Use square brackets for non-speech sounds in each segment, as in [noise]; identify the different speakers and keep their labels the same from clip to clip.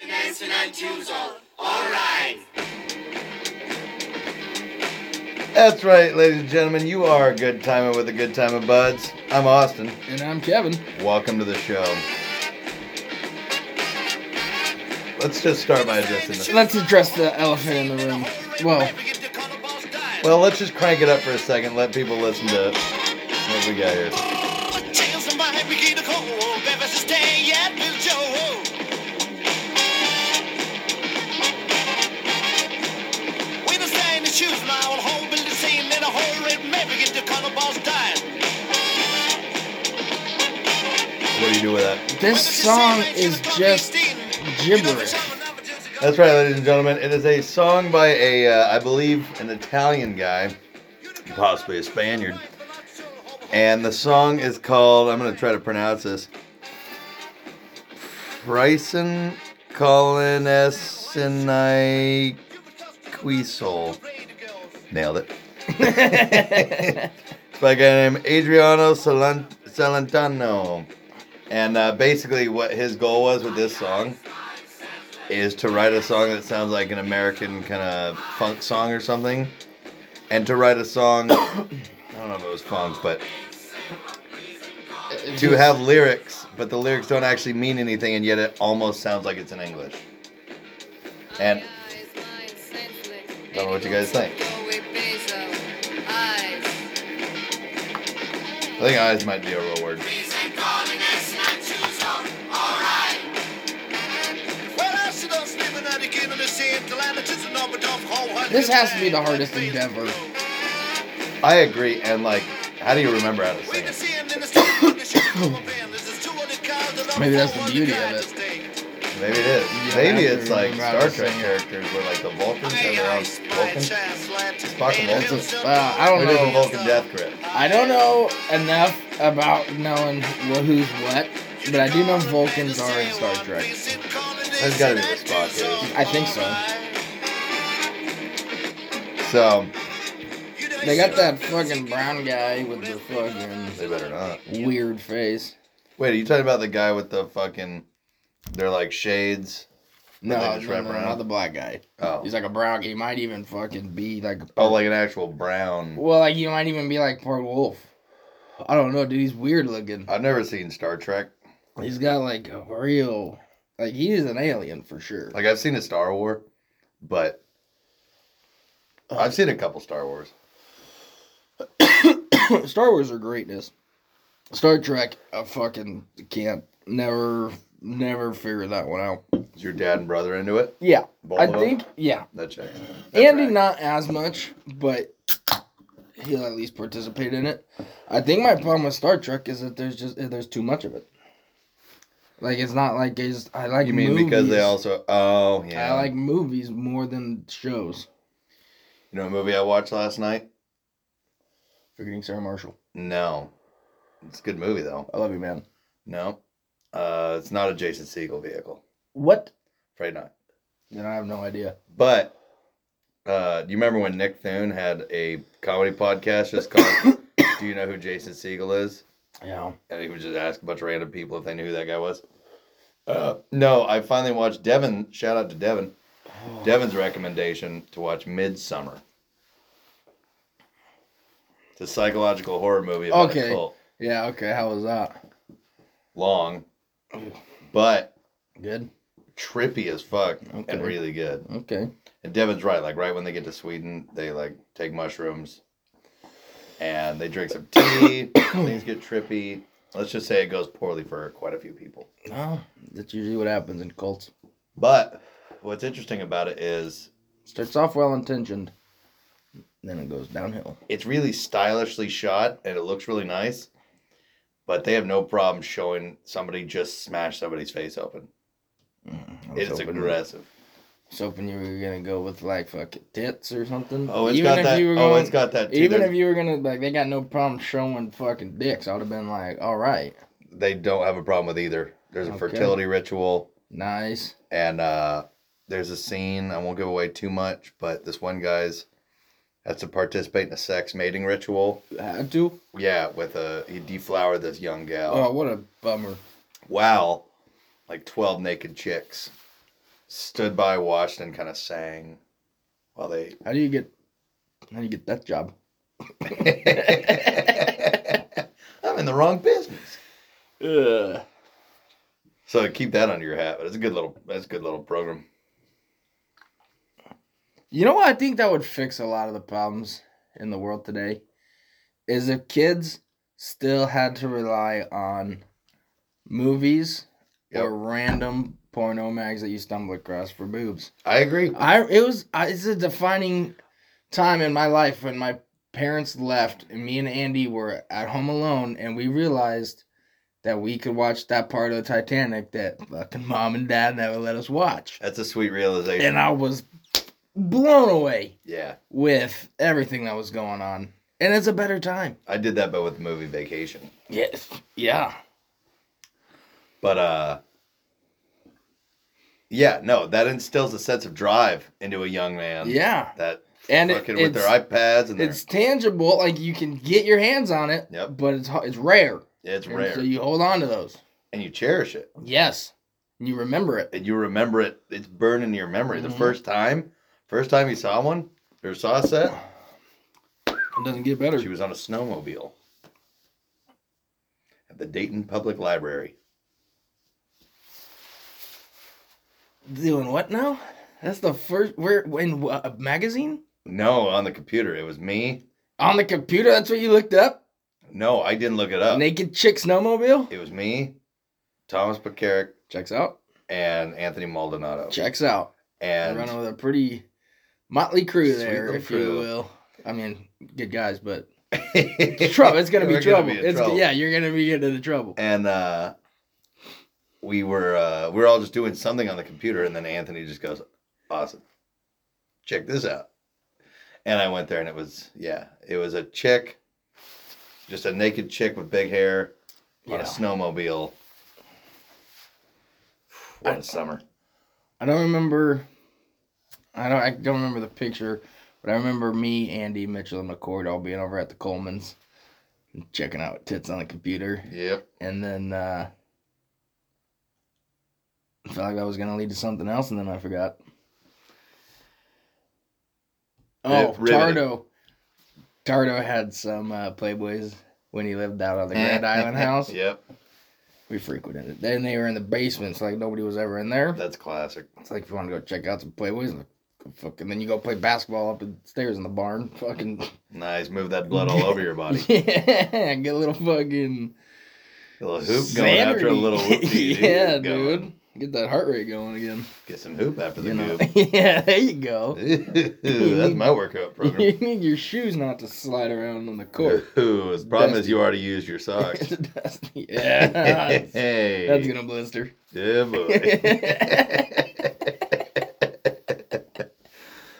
Speaker 1: Benson and Tuesday. All right.
Speaker 2: That's right, ladies and gentlemen. You are a good timer with a good time of buds. I'm Austin.
Speaker 3: And I'm Kevin.
Speaker 2: Welcome to the show. Let's just start by addressing this.
Speaker 3: Let's address the elephant in the room. Well,
Speaker 2: Well, let's just crank it up for a second. Let people listen to what we got here. What do you do with that?
Speaker 3: this song is just gibberish.
Speaker 2: That's right, ladies and gentlemen. It is a song by a, uh, I believe, an Italian guy, possibly a Spaniard. And the song is called, I'm going to try to pronounce this, Bryson Colinesinaiquisol. Nailed it. it's by a guy named Adriano Salant- Salentano. And uh, basically, what his goal was with this song is to write a song that sounds like an American kind of funk song or something, and to write a song. [coughs] I don't know if it was funk, but to have lyrics, but the lyrics don't actually mean anything, and yet it almost sounds like it's in English. And
Speaker 4: don't know what you guys think.
Speaker 2: I think eyes might be a real word.
Speaker 3: This has to be the hardest endeavor.
Speaker 2: I agree, and like, how do you remember how to sing it?
Speaker 3: [coughs] Maybe that's the beauty of it.
Speaker 2: Maybe it is. Maybe
Speaker 3: I don't
Speaker 2: it's like
Speaker 3: remember how to
Speaker 2: Star Trek
Speaker 3: sing it.
Speaker 2: characters where like the Vulcans have their own Vulcan.
Speaker 1: Spock
Speaker 2: and Vulcan.
Speaker 1: Vulcan.
Speaker 3: Uh, I don't
Speaker 2: Maybe it's a
Speaker 3: know.
Speaker 2: Vulcan death grip.
Speaker 3: I don't know enough about knowing wh- who's what, but I do know Vulcans are in Star Trek.
Speaker 1: That's
Speaker 2: That's gotta be what Spock is.
Speaker 3: I think so.
Speaker 2: So
Speaker 3: They got that fucking brown guy with the fucking
Speaker 2: they better not.
Speaker 3: weird face.
Speaker 2: Wait, are you talking about the guy with the fucking? They're like shades.
Speaker 3: No,
Speaker 2: they
Speaker 3: no,
Speaker 2: just
Speaker 3: no,
Speaker 2: wrap
Speaker 3: no,
Speaker 2: around?
Speaker 3: not the black guy.
Speaker 2: Oh,
Speaker 3: He's like a brown. He might even fucking be like.
Speaker 2: oh, like an actual brown.
Speaker 3: Well, like you might even be like part wolf. I don't know, dude. He's weird looking.
Speaker 2: I've never seen Star Trek.
Speaker 3: He's got like a real, like he is an alien for sure.
Speaker 2: Like I've seen a Star War, but
Speaker 3: Uh,
Speaker 2: I've seen a couple Star Wars.
Speaker 3: Star Wars are greatness. Star Trek, I fucking can't never, never figure that one out.
Speaker 2: Is your dad and brother into it?
Speaker 3: Yeah,
Speaker 2: Both
Speaker 3: I
Speaker 2: of them?
Speaker 3: think yeah.
Speaker 2: That check.
Speaker 3: Andy not as much, but he'll at least participate in it. I think my problem with Star Trek is that there's just there's too much of it. Like it's not like it's, I like
Speaker 2: You mean because they
Speaker 3: movies.
Speaker 2: also? Oh yeah.
Speaker 3: I like movies more than shows.
Speaker 2: You know what movie I watched last night?
Speaker 3: Forgetting Sarah Marshall.
Speaker 2: No. It's a good movie though.
Speaker 3: I love you, man.
Speaker 2: No. Uh, it's not a Jason Segel vehicle.
Speaker 3: What?
Speaker 2: Afraid not.
Speaker 3: Then I have no idea.
Speaker 2: But uh, you remember when Nick Thune had a comedy podcast just
Speaker 3: [coughs]
Speaker 2: called "Do You Know Who Jason Siegel Is?"
Speaker 3: Yeah.
Speaker 2: And he would just ask a bunch of random people if they knew who that guy was. Uh, no, I finally watched Devin. Shout out to Devin.
Speaker 3: Oh.
Speaker 2: Devin's recommendation to watch Midsummer. It's a psychological horror movie about
Speaker 3: Okay.
Speaker 2: a cult.
Speaker 3: Yeah. Okay. How was that?
Speaker 2: Long, but
Speaker 3: Good.
Speaker 2: trippy as fuck
Speaker 3: Okay.
Speaker 2: and really good.
Speaker 3: Okay.
Speaker 2: And Devin's right. Like right when they get to Sweden, they like take mushrooms, and they drink some tea. [coughs] things get trippy. Let's just say it goes poorly for quite a few people.
Speaker 3: No, that's usually what happens in cults.
Speaker 2: But what's interesting about it is
Speaker 3: Starts off well intentioned, then it goes downhill.
Speaker 2: it's really stylishly shot and it looks really nice. But they have no problem showing somebody just smash somebody's face open.
Speaker 3: I was
Speaker 2: It's
Speaker 3: hoping-
Speaker 2: aggressive.
Speaker 3: I was hoping you were gonna go with like fucking tits or something.
Speaker 2: Oh, it's got that. oh, it's got that. Too.
Speaker 3: even
Speaker 2: There's-
Speaker 3: if you were gonna like, they got no problem showing fucking dicks. I would have been like, all right,
Speaker 2: they don't have a problem with either. There's a
Speaker 3: Okay.
Speaker 2: fertility ritual.
Speaker 3: nice.
Speaker 2: and uh, there's a scene I won't give away too much, but this one guy's has to participate in a sex mating ritual.
Speaker 3: Had to.
Speaker 2: Yeah, with a he deflowered this young gal.
Speaker 3: Oh, what a bummer.
Speaker 2: Wow, like twelve naked chicks, stood by, watched, and kind of sang while they. [laughs]
Speaker 3: How do you get? How do you get that job?
Speaker 2: I'm in the wrong business.
Speaker 3: Ugh.
Speaker 2: So keep that under your hat. But it's a good little. That's a good little program.
Speaker 3: You know what I think that would fix a lot of the problems in the world today is if kids still had to rely on movies
Speaker 2: Yep.
Speaker 3: or random porno mags that you stumble across for boobs.
Speaker 2: I agree.
Speaker 3: I it was I, it's a defining time in my life when my parents left and me and Andy were at home alone and we realized that we could watch that part of the Titanic that fucking mom and dad never let us watch.
Speaker 2: That's a sweet realization.
Speaker 3: And I was blown away
Speaker 2: yeah,
Speaker 3: with everything that was going on. And it's a better time.
Speaker 2: I did that, but with the movie Vacation.
Speaker 3: Yes. Yeah.
Speaker 2: But uh, yeah, no, that instills a sense of drive into a young man.
Speaker 3: Yeah.
Speaker 2: that
Speaker 3: And it,
Speaker 2: fucking with
Speaker 3: it's,
Speaker 2: their iPads and their,
Speaker 3: it's
Speaker 2: it's,
Speaker 3: tangible. Like you can get your hands on it.
Speaker 2: Yep.
Speaker 3: But it's ha- it's rare. And
Speaker 2: rare,
Speaker 3: So you hold on to those.
Speaker 2: and you cherish it,
Speaker 3: Yes. And you remember it.
Speaker 2: and you remember it. It's burned into your memory. The
Speaker 3: Mhm.
Speaker 2: first time, first time you saw one or saw a set,
Speaker 3: It doesn't get better.
Speaker 2: she was on a snowmobile at the Dayton Public Library.
Speaker 3: Doing what now? That's the first. We're in wha- a magazine
Speaker 2: No, on the computer, it was me.
Speaker 3: on the computer. That's what you looked up.
Speaker 2: No, I didn't look it up.
Speaker 3: Naked chick snowmobile.
Speaker 2: It was me, Thomas Pacaric,
Speaker 3: Checks out.
Speaker 2: and Anthony Maldonado.
Speaker 3: Checks out. I
Speaker 2: and
Speaker 3: run
Speaker 2: [laughs]
Speaker 3: with a pretty motley crew
Speaker 2: Sweet
Speaker 3: there,
Speaker 2: little
Speaker 3: if you
Speaker 2: crew.
Speaker 3: will. I mean, good guys, but it's trouble. [laughs] It's gonna be
Speaker 2: We're
Speaker 3: trouble.
Speaker 2: in
Speaker 3: it's
Speaker 2: trouble.
Speaker 3: yeah, you're gonna be getting into trouble.
Speaker 2: And uh, we were uh, we were all just doing something on the computer, and then Anthony just goes, "Awesome, check this out." And I went there, and it was yeah, it was a chick, just a naked chick with big hair on
Speaker 3: Yeah.
Speaker 2: a snowmobile. What a summer!
Speaker 3: I don't remember. I don't. I don't remember the picture, but I remember me, Andy, Mitchell, and McCord all being over at the Coleman's, and checking out tits on the computer,
Speaker 2: Yep.
Speaker 3: and then uh, I felt like that was gonna lead to something else, and then I forgot. Oh,
Speaker 2: riveting.
Speaker 3: Tardo. Tardo had some uh, Playboys when he lived out on the [laughs] Grand
Speaker 2: [laughs]
Speaker 3: Island house.
Speaker 2: Yep,
Speaker 3: We frequented it. Then they were in the basement, so like nobody was ever in there.
Speaker 2: that's classic.
Speaker 3: It's like if you want to go check out some Playboys, like, go fuck, and then you go play basketball up the stairs in the barn. [laughs] Fucking
Speaker 2: Nice, move that blood all over your
Speaker 3: [laughs]
Speaker 2: body.
Speaker 3: yeah, get a little fucking
Speaker 2: A little hoop going after a
Speaker 3: sanity.
Speaker 2: little whoop.
Speaker 3: [laughs] yeah, dude. Get that heart rate going again.
Speaker 2: Get some hoop after the
Speaker 3: You know?
Speaker 2: hoop. [laughs]
Speaker 3: [laughs] yeah, there you [laughs] go.
Speaker 2: Ooh, that's my workout
Speaker 3: you [laughs]
Speaker 2: program.
Speaker 3: need your shoes not to slide around on the court.
Speaker 2: [laughs] Ooh, the problem is
Speaker 3: Dusty.
Speaker 2: you already used your
Speaker 3: [laughs]
Speaker 2: socks.
Speaker 3: yeah,
Speaker 2: [laughs]
Speaker 3: that's,
Speaker 2: hey,
Speaker 3: that's gonna blister. [laughs]
Speaker 2: yeah, boy. [laughs]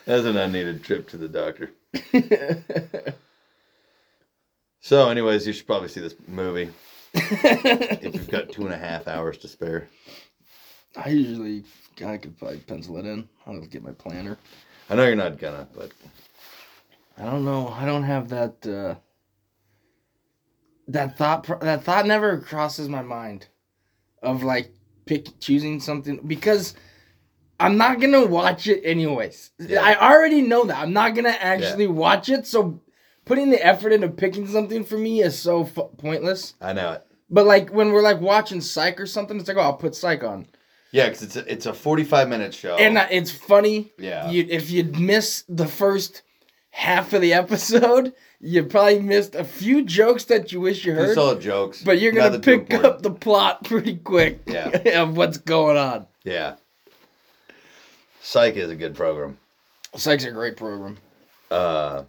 Speaker 2: that's an unneeded trip to the doctor. So, anyways, you should probably see this movie if you've got two and a half hours to spare.
Speaker 3: I usually, I could probably pencil it in. I'll get my planner.
Speaker 2: I know you're not gonna, but
Speaker 3: I don't know. I don't have that. Uh, that thought. pro- That thought never crosses my mind, of like pick choosing something because I'm not gonna watch it anyways.
Speaker 2: Yeah.
Speaker 3: I already know that I'm not gonna actually watch it. So putting the effort into picking something for me is so f- pointless.
Speaker 2: I know it.
Speaker 3: But like when we're like watching Psych or something, it's like oh I'll put Psych on,
Speaker 2: Yeah, because it's a, it's a 45 minute show.
Speaker 3: and uh, it's funny.
Speaker 2: yeah,
Speaker 3: You, if you miss the first half of the episode, [laughs] you probably missed a few jokes that you wish you
Speaker 2: these
Speaker 3: heard.
Speaker 2: all jokes.
Speaker 3: but you're gonna
Speaker 2: Nothing too
Speaker 3: pick
Speaker 2: important.
Speaker 3: up the plot [laughs] pretty quick
Speaker 2: Yeah.
Speaker 3: [laughs] of what's going on.
Speaker 2: Yeah, Psych is a good program.
Speaker 3: Psych's a great program.
Speaker 2: Uh,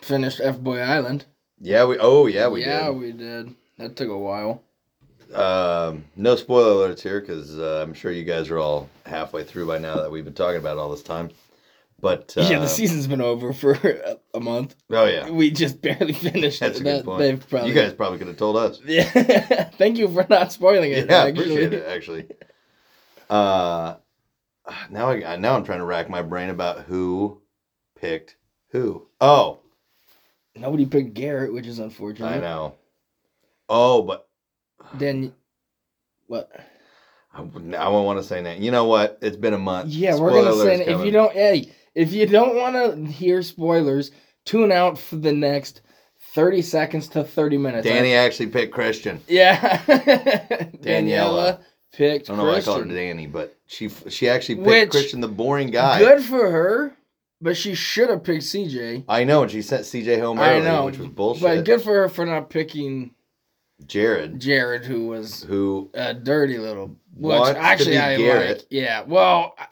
Speaker 3: Finished F Boy Island.
Speaker 2: yeah, we. Oh, yeah, we
Speaker 3: yeah,
Speaker 2: did.
Speaker 3: we did. That took a while.
Speaker 2: um, no spoiler alerts here because uh, I'm sure you guys are all halfway through by now that we've been talking about it all this time. But uh,
Speaker 3: [laughs] [laughs] yeah, the season's been over for [laughs] a, a month.
Speaker 2: oh yeah,
Speaker 3: We just barely [laughs] finished
Speaker 2: that's
Speaker 3: it.
Speaker 2: a
Speaker 3: That-
Speaker 2: good point.
Speaker 3: They've probably
Speaker 2: You guys probably could have told us.
Speaker 3: [laughs] Yeah. Thank you for not spoiling
Speaker 2: Yeah,
Speaker 3: it.
Speaker 2: I
Speaker 3: actually.
Speaker 2: appreciate it actually. Uh, now I now I'm trying to rack my brain about who picked who. Oh,
Speaker 3: Nobody picked Garrett, which is Mm-hmm. unfortunate.
Speaker 2: I know. Oh, but
Speaker 3: Then, what?
Speaker 2: I wouldn't I wouldn't want to say that. You know what? It's been a month.
Speaker 3: Yeah, we're
Speaker 2: Spoiler
Speaker 3: gonna
Speaker 2: alert's
Speaker 3: send. If you
Speaker 2: coming.
Speaker 3: don't, hey, if you don't want to hear spoilers, tune out for the next thirty seconds to thirty minutes.
Speaker 2: Danny actually picked Christian.
Speaker 3: yeah, [laughs]
Speaker 2: Daniela. I
Speaker 3: picked.
Speaker 2: don't know why I called her
Speaker 3: Christian.
Speaker 2: Danny, but she she actually picked
Speaker 3: Which-
Speaker 2: Christian, the boring guy.
Speaker 3: Good for her, but she should have picked CJ.
Speaker 2: I know, and she sent CJ home
Speaker 3: I
Speaker 2: early,
Speaker 3: know,
Speaker 2: Oh, which was
Speaker 3: But
Speaker 2: bullshit.
Speaker 3: good for her for not picking
Speaker 2: Jared,
Speaker 3: Jared, who was
Speaker 2: who
Speaker 3: a dirty little. Which
Speaker 2: Wants to
Speaker 3: actually
Speaker 2: be
Speaker 3: I like.
Speaker 2: Garrett.
Speaker 3: Yeah, well, I,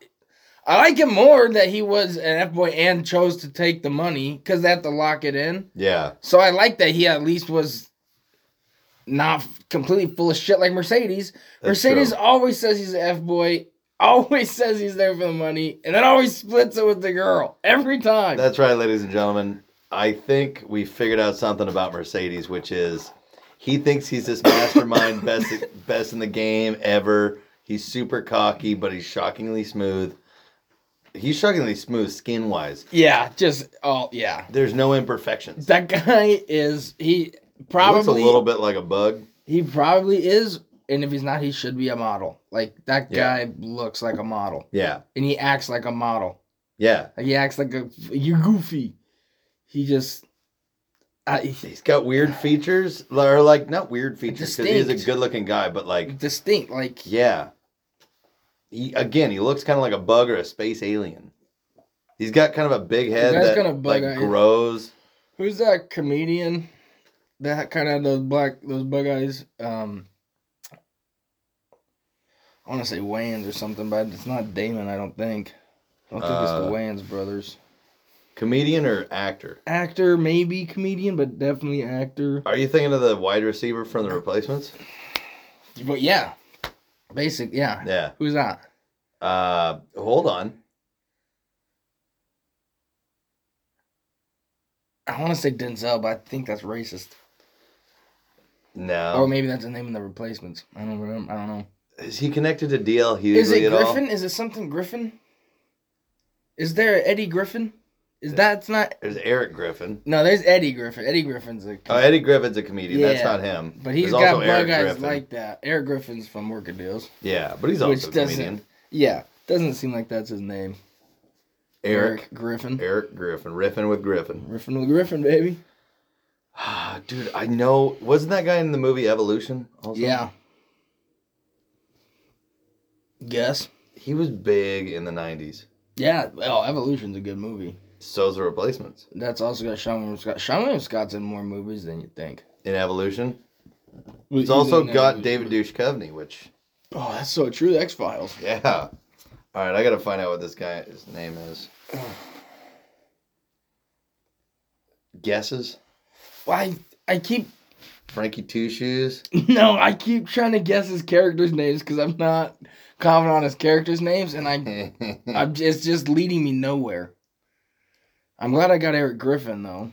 Speaker 3: I like him more that he was an F boy and chose to take the money because they have to lock it in.
Speaker 2: yeah,
Speaker 3: So I like that he at least was not f- completely full of shit like Mercedes.
Speaker 2: That's
Speaker 3: Mercedes
Speaker 2: true.
Speaker 3: always says he's an F boy, [laughs] always says he's there for the money, and then always splits it with the girl every time.
Speaker 2: That's right, ladies and gentlemen. I think we figured out something about Mercedes, which is he thinks he's this
Speaker 3: [laughs]
Speaker 2: mastermind, best best in the game ever. He's super cocky, but he's shockingly smooth. He's shockingly smooth skin wise.
Speaker 3: yeah, just all yeah.
Speaker 2: There's no imperfections.
Speaker 3: That guy is he
Speaker 2: Probably looks a
Speaker 3: probably
Speaker 2: little bit like a bug.
Speaker 3: he probably is, and if he's not, he should be a model. Like that
Speaker 2: Yeah.
Speaker 3: guy looks like a model,
Speaker 2: Yeah,
Speaker 3: and he acts like a model.
Speaker 2: yeah.
Speaker 3: Like he acts like a you goofy. He just. I,
Speaker 2: He's got weird features, or like not weird features because he's a
Speaker 3: Distinct.
Speaker 2: good-looking guy, but like
Speaker 3: distinct. Like
Speaker 2: Yeah. He again, he looks kind of like a bug or a space alien. He's got kind of a big head
Speaker 3: guy's
Speaker 2: that
Speaker 3: got a bug
Speaker 2: like
Speaker 3: eye.
Speaker 2: grows.
Speaker 3: who's that comedian that kind of had those black those bug eyes? Um, I want to say Wayans or something, but it's not Damon. I don't think. I don't think it's
Speaker 2: Uh,
Speaker 3: the Wayans brothers.
Speaker 2: Comedian or actor?
Speaker 3: Actor, maybe comedian, but definitely actor.
Speaker 2: Are you thinking of the wide receiver from the replacements?
Speaker 3: But yeah, basic. Yeah.
Speaker 2: Yeah.
Speaker 3: Who's that?
Speaker 2: Uh hold on.
Speaker 3: I want to say Denzel, but I think that's racist.
Speaker 2: No. Oh.
Speaker 3: Or maybe that's the name of the replacements. I don't remember. I don't know.
Speaker 2: Is he connected to DL
Speaker 3: Is
Speaker 2: Hughley
Speaker 3: it
Speaker 2: at
Speaker 3: Griffin?
Speaker 2: all?
Speaker 3: Is it something Griffin? Is there a Eddie Griffin? Is that's not
Speaker 2: There's Eric Griffin.
Speaker 3: no? There's Eddie Griffin. Eddie Griffin's a
Speaker 2: Oh, Eddie Griffin's a comedian. That's
Speaker 3: Yeah.
Speaker 2: not him.
Speaker 3: but he's
Speaker 2: There's
Speaker 3: got
Speaker 2: also
Speaker 3: bug
Speaker 2: Eric
Speaker 3: eyes
Speaker 2: Griffin.
Speaker 3: like that. Eric Griffin's from Working Deals.
Speaker 2: Yeah, but he's
Speaker 3: Which
Speaker 2: also a
Speaker 3: doesn't-
Speaker 2: comedian.
Speaker 3: Yeah, doesn't seem like that's his name.
Speaker 2: Eric.
Speaker 3: Griffin.
Speaker 2: Eric Griffin. Riffin with Griffin. [sighs]
Speaker 3: Griffin with Griffin, baby.
Speaker 2: Ah, dude, I know. Wasn't that guy in the movie Evolution? Also?
Speaker 3: Yeah. Guess.
Speaker 2: He was big in the 90s.
Speaker 3: Yeah. Well, Evolution's a good movie.
Speaker 2: So's the replacements.
Speaker 3: That's also got Sean William Scott. Sean William Scott's in more movies than you think.
Speaker 2: In Evolution.
Speaker 3: He's
Speaker 2: It's also
Speaker 3: in that
Speaker 2: got
Speaker 3: movie.
Speaker 2: David Duchovny, which,
Speaker 3: Oh, that's so true. X Files.
Speaker 2: yeah. All right, I got to find out what this guy's name is. [sighs] Guesses?
Speaker 3: Why? I keep
Speaker 2: Frankie Two Shoes? [laughs]
Speaker 3: [laughs] no, I keep trying to guess his characters' names because I'm not confident on his characters' names, and I,
Speaker 2: yeah,
Speaker 3: I'm it's just leading me nowhere. I'm glad I got Eric Griffin though.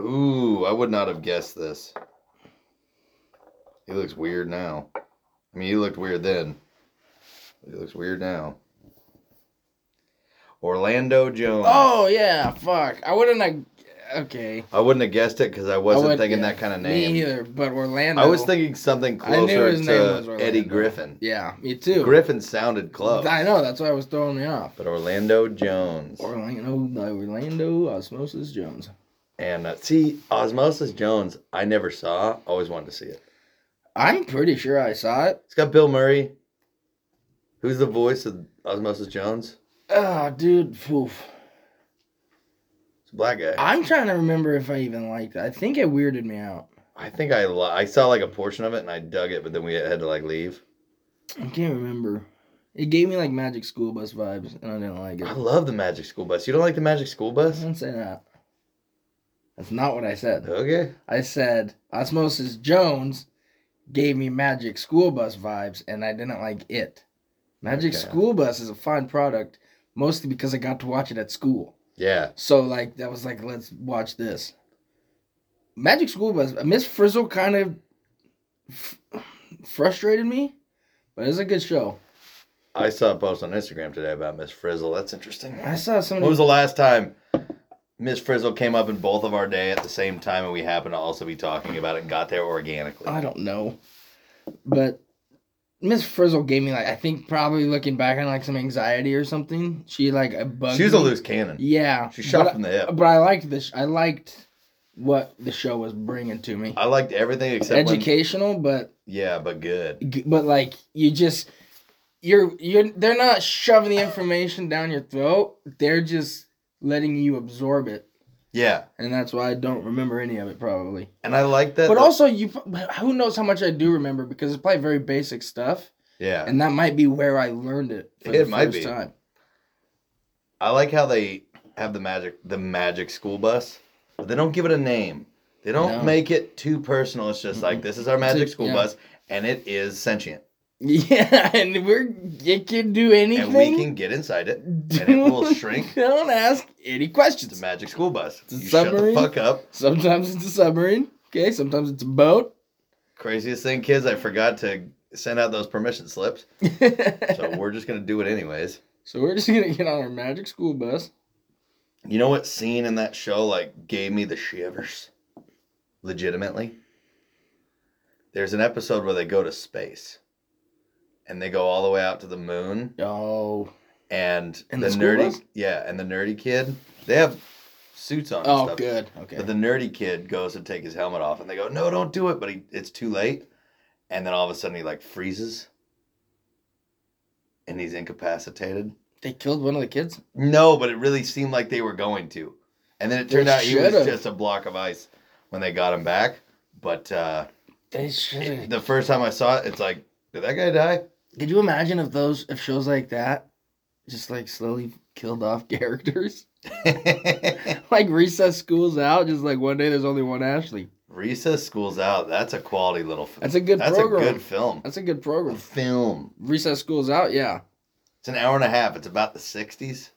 Speaker 2: ooh, I would not have guessed this. He looks weird now. I mean, he looked weird then. He looks weird now. Orlando Jones.
Speaker 3: Oh yeah, fuck. I wouldn't. I okay.
Speaker 2: I wouldn't have guessed it because I wasn't
Speaker 3: I would-
Speaker 2: thinking
Speaker 3: yeah,
Speaker 2: that kind of
Speaker 3: Me
Speaker 2: name.
Speaker 3: either, but Orlando.
Speaker 2: I was thinking something
Speaker 3: I knew
Speaker 2: closer
Speaker 3: his name was
Speaker 2: to
Speaker 3: Orlando.
Speaker 2: Eddie Griffin.
Speaker 3: Yeah, me too.
Speaker 2: Griffin sounded close,
Speaker 3: I know that's why it was throwing me off.
Speaker 2: but Orlando Jones.
Speaker 3: Orlando, Orlando Osmosis Jones.
Speaker 2: And uh, see, Osmosis Jones, I never saw. Always wanted to see it.
Speaker 3: I'm pretty sure I saw it.
Speaker 2: It's got Bill Murray, who's the voice of Osmosis Jones.
Speaker 3: Oh, dude, poof.
Speaker 2: It's a black guy. I,
Speaker 3: I'm trying to remember if I even liked it. I think it weirded me out.
Speaker 2: think I li- I saw like a portion of it and I dug it, but then we had to like leave.
Speaker 3: I can't remember. It gave me like Magic School Bus vibes, and I didn't like it.
Speaker 2: I love the Magic School Bus. You don't like the Magic School
Speaker 3: I
Speaker 2: Bus?
Speaker 3: didn't say that. That's not what I said.
Speaker 2: Okay.
Speaker 3: I said Osmosis Jones gave me Magic School Bus vibes, and I didn't like it. Magic
Speaker 2: Okay.
Speaker 3: School Bus is a fine product, mostly because I got to watch it at school.
Speaker 2: Yeah.
Speaker 3: So like that was like let's watch this. Magic School Bus. Miss Frizzle kind of f- frustrated me, but it's a good show.
Speaker 2: I saw a post on Instagram today about Miss Frizzle. That's interesting.
Speaker 3: I saw somebody.
Speaker 2: When was the last time Miss Frizzle came up in both of our day at the same time and we happened to also be talking about it and got there organically?
Speaker 3: I don't know, but Miss Frizzle gave me like I think probably looking back on like some anxiety or something. She like a bug.
Speaker 2: She was a loose cannon.
Speaker 3: Yeah,
Speaker 2: She shot
Speaker 3: but
Speaker 2: from the hip.
Speaker 3: I- But I liked this. I liked what the show was bringing to me.
Speaker 2: I liked everything except when-
Speaker 3: Educational, but
Speaker 2: yeah, but good.
Speaker 3: but like you just you're you're they're not shoving the information down your throat. They're just letting you absorb it,
Speaker 2: Yeah,
Speaker 3: and that's why I don't remember any of it probably.
Speaker 2: and I liked that.
Speaker 3: But also, you who knows how much I do remember because it's probably very basic stuff,
Speaker 2: yeah,
Speaker 3: and that might be where I learned it. For
Speaker 2: It
Speaker 3: the
Speaker 2: might
Speaker 3: first
Speaker 2: be.
Speaker 3: Time. [laughs]
Speaker 2: I like how they have the magic, the magic school bus, but they don't give it a name. They don't
Speaker 3: No.
Speaker 2: make it too personal. It's just like this is our magic school
Speaker 3: yeah.
Speaker 2: bus, and it is sentient,
Speaker 3: Yeah, and we're it can do anything.
Speaker 2: and we can get inside
Speaker 3: [laughs]
Speaker 2: it, and it will shrink.
Speaker 3: Don't ask any
Speaker 2: It's
Speaker 3: questions.
Speaker 2: a magic school bus.
Speaker 3: a
Speaker 2: You shut
Speaker 3: submarine.
Speaker 2: the fuck up.
Speaker 3: Sometimes it's a submarine. Okay, sometimes it's a boat.
Speaker 2: Craziest thing, kids. I forgot to send out those permission slips,
Speaker 3: [laughs]
Speaker 2: so
Speaker 3: so,
Speaker 2: we're just gonna do it anyways.
Speaker 3: we're just gonna get on our magic school bus.
Speaker 2: You know what scene in that show like gave me the shivers? Legitimately. There's an episode where they go to space. And they go all the way out to the moon
Speaker 3: Oh,
Speaker 2: and
Speaker 3: In
Speaker 2: the,
Speaker 3: the school
Speaker 2: nerdy
Speaker 3: bus?
Speaker 2: yeah, and the nerdy kid, they have suits on and
Speaker 3: oh,
Speaker 2: stuff.
Speaker 3: good. Okay.
Speaker 2: But the nerdy kid goes to take his helmet off and they go, "No, don't do it." But he, it's too late. And then all of a sudden he like freezes. And he's incapacitated.
Speaker 3: they killed one of the kids.
Speaker 2: No, but it really seemed like they were going to. And then it
Speaker 3: They
Speaker 2: turned out he was
Speaker 3: should've.
Speaker 2: just a block of ice when they got him back. But uh,
Speaker 3: They
Speaker 2: it-
Speaker 3: should.
Speaker 2: the first time I saw it, it's like, did that guy die? [laughs]
Speaker 3: [laughs] Could you imagine if those if shows like that just like slowly killed off [laughs] characters? like recess schools out, just like one day there's only one Ashley.
Speaker 2: Recess School's Out. That's a quality little film.
Speaker 3: That's a good
Speaker 2: That's
Speaker 3: program.
Speaker 2: a good film.
Speaker 3: That's a good
Speaker 2: A
Speaker 3: program.
Speaker 2: film.
Speaker 3: Recess schools out, yeah.
Speaker 2: It's an hour and a half. It's about the 60s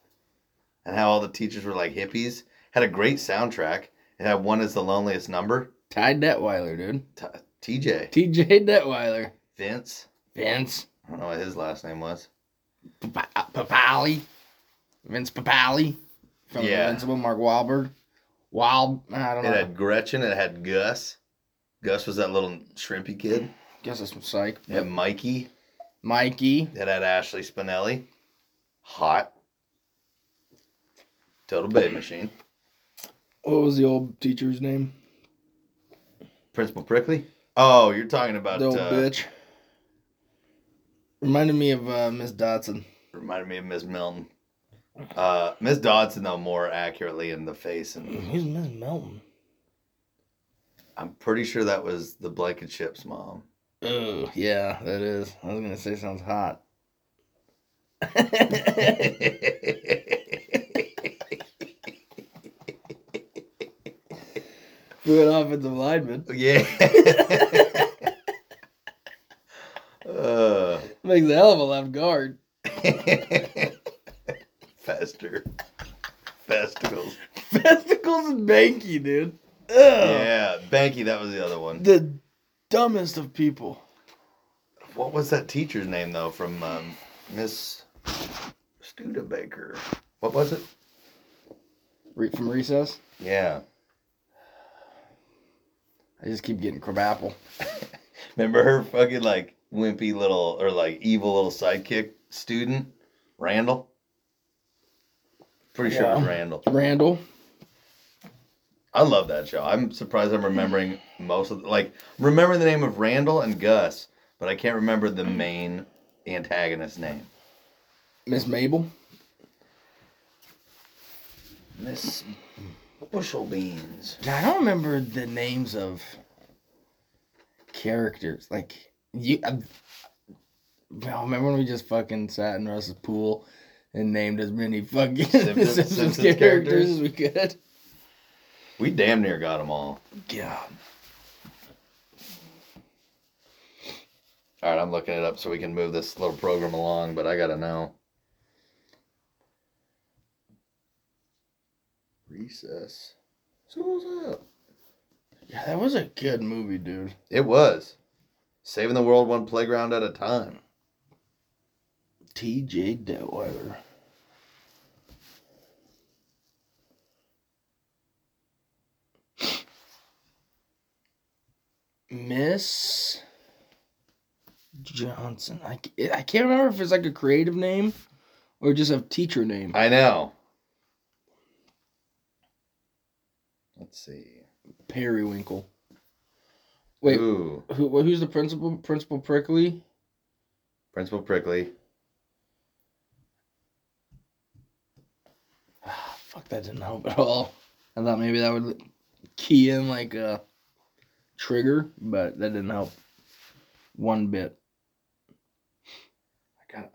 Speaker 2: and how all the teachers were like hippies. Had a great soundtrack. It had One is the Loneliest Number.
Speaker 3: Ty Detweiler, dude.
Speaker 2: T- TJ.
Speaker 3: TJ Detweiler.
Speaker 2: Vince.
Speaker 3: Vince
Speaker 2: I don't know what his last name was.
Speaker 3: Papa- Papali. Vince Papali from
Speaker 2: Yeah.
Speaker 3: Invincible. Mark Wahlberg. Wild. I don't know.
Speaker 2: It had Gretchen. It had Gus. Gus was that little shrimpy kid.
Speaker 3: Guess that's some psych.
Speaker 2: It had Mikey.
Speaker 3: Mikey.
Speaker 2: It had Ashley Spinelli. Hot. Total babe machine.
Speaker 3: What was the old teacher's name?
Speaker 2: Principal Prickly. Oh, you're talking about.
Speaker 3: the old
Speaker 2: uh,
Speaker 3: bitch. Reminded me of uh, Miss Dodson.
Speaker 2: Reminded me of Miss Milton. Uh, Miss Dodson though more accurately in the face, and
Speaker 3: Who's Miss Melton?
Speaker 2: I'm pretty sure that was the Blankenship's [laughs] mom.
Speaker 3: Oh, yeah, that is. I was gonna say sounds hot. Good offensive lineman.
Speaker 2: [laughs] yeah. uh.
Speaker 3: Makes a hell of a left guard.
Speaker 2: [laughs] Faster. Festivals.
Speaker 3: [laughs] Festicles and Banky, dude. Ugh.
Speaker 2: Yeah, Banky, that was the other one.
Speaker 3: The dumbest of people.
Speaker 2: What was that teacher's name though from um, Miss Studebaker? What was it?
Speaker 3: Re- from recess?
Speaker 2: Yeah.
Speaker 3: I just keep getting crabapple.
Speaker 2: Remember her fucking like wimpy little or like evil little sidekick student, Randall? Pretty sure it was
Speaker 3: Yeah.
Speaker 2: Randall.
Speaker 3: Randall.
Speaker 2: I love that show. I'm surprised I'm [sighs] remembering most of the, like remembering the name of Randall and Gus, but I can't remember the main antagonist name.
Speaker 3: Miss Mabel.
Speaker 2: Miss Bushel Beans.
Speaker 3: I don't remember the names of characters. Like you, I, I remember when we just fucking sat in Russ's pool and named as many fucking [laughs]
Speaker 2: Simpsons-
Speaker 3: Simpsons,
Speaker 2: Simpsons
Speaker 3: characters,
Speaker 2: characters?
Speaker 3: as we could.
Speaker 2: We damn near got them all.
Speaker 3: God,
Speaker 2: All right, I'm looking it up so we can move this little program along, but I gotta know. Recess. School's up.
Speaker 3: yeah, that was a good movie, dude.
Speaker 2: It was. Saving the world one playground at a time.
Speaker 3: T.J. Detweiler. Miss Johnson. I, ca- I can't remember if it's like a creative name or just a teacher name.
Speaker 2: I know. Let's see.
Speaker 3: Periwinkle. Wait,
Speaker 2: Ooh,
Speaker 3: who, who's the principal? Principal Prickly?
Speaker 2: Principal Prickly.
Speaker 3: Ah, fuck, that didn't help at all. I thought maybe that would key in like a trigger, but that didn't help one bit.
Speaker 2: I got.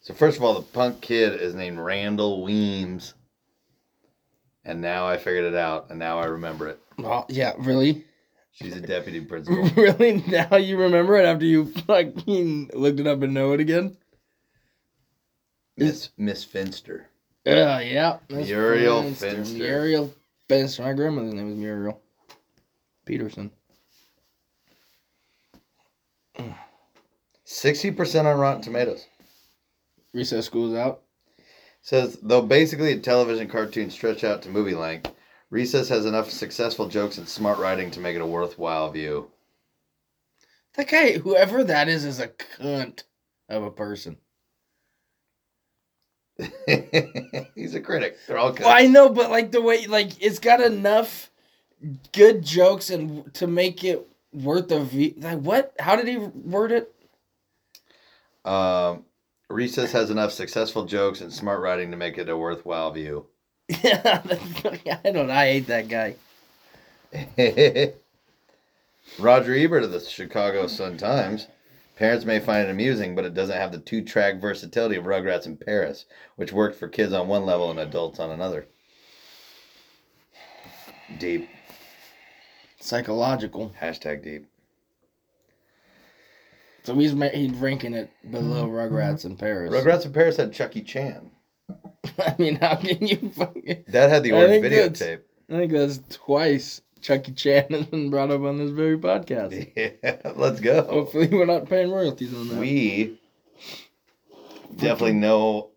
Speaker 2: So first of all, the punk kid is named Randall Weems. And now I figured it out, and now I remember it.
Speaker 3: Oh, yeah, [laughs] really?
Speaker 2: She's a deputy
Speaker 3: [laughs]
Speaker 2: principal.
Speaker 3: really? Now you remember it after you fucking looked it up and know it again?
Speaker 2: Miss Miss Finster.
Speaker 3: Uh, yeah. that's
Speaker 2: Muriel
Speaker 3: Finster.
Speaker 2: Finster.
Speaker 3: Muriel Finster. My grandmother's name was Muriel Peterson.
Speaker 2: Sixty percent on Rotten Tomatoes.
Speaker 3: Recess school's out.
Speaker 2: Says though basically a television cartoon stretched out to movie length, Recess has enough successful jokes and smart writing to make it a worthwhile view. [laughs]
Speaker 3: That guy, whoever that is, is a cunt of a person.
Speaker 2: He's a critic. They're all good.
Speaker 3: Well, I know, but like the way, like it's got enough good jokes and to make it worth a v. Like what? How did he word it? [laughs]
Speaker 2: Um, Recess has enough successful jokes and smart writing to make it a worthwhile view.
Speaker 3: Yeah, that's- I don't. I hate that guy.
Speaker 2: [laughs] Roger Ebert of the Chicago Sun Times. Parents may find it amusing, but it doesn't have the two track versatility of Rugrats and Paris, which worked for kids on one level and adults on another. Deep.
Speaker 3: Psychological.
Speaker 2: Hashtag deep.
Speaker 3: So he's ma- he's ranking it below Rugrats in Paris.
Speaker 2: Rugrats and Paris had Chucky Chan.
Speaker 3: [laughs] I mean, how can you fucking?
Speaker 2: That had the
Speaker 3: I
Speaker 2: orange
Speaker 3: think that's-
Speaker 2: videotape.
Speaker 3: I think that's twice Chucky Chan has been brought up on this very podcast.
Speaker 2: Yeah, [laughs] let's go.
Speaker 3: Hopefully, we're not paying royalties on [laughs] that.
Speaker 2: we definitely know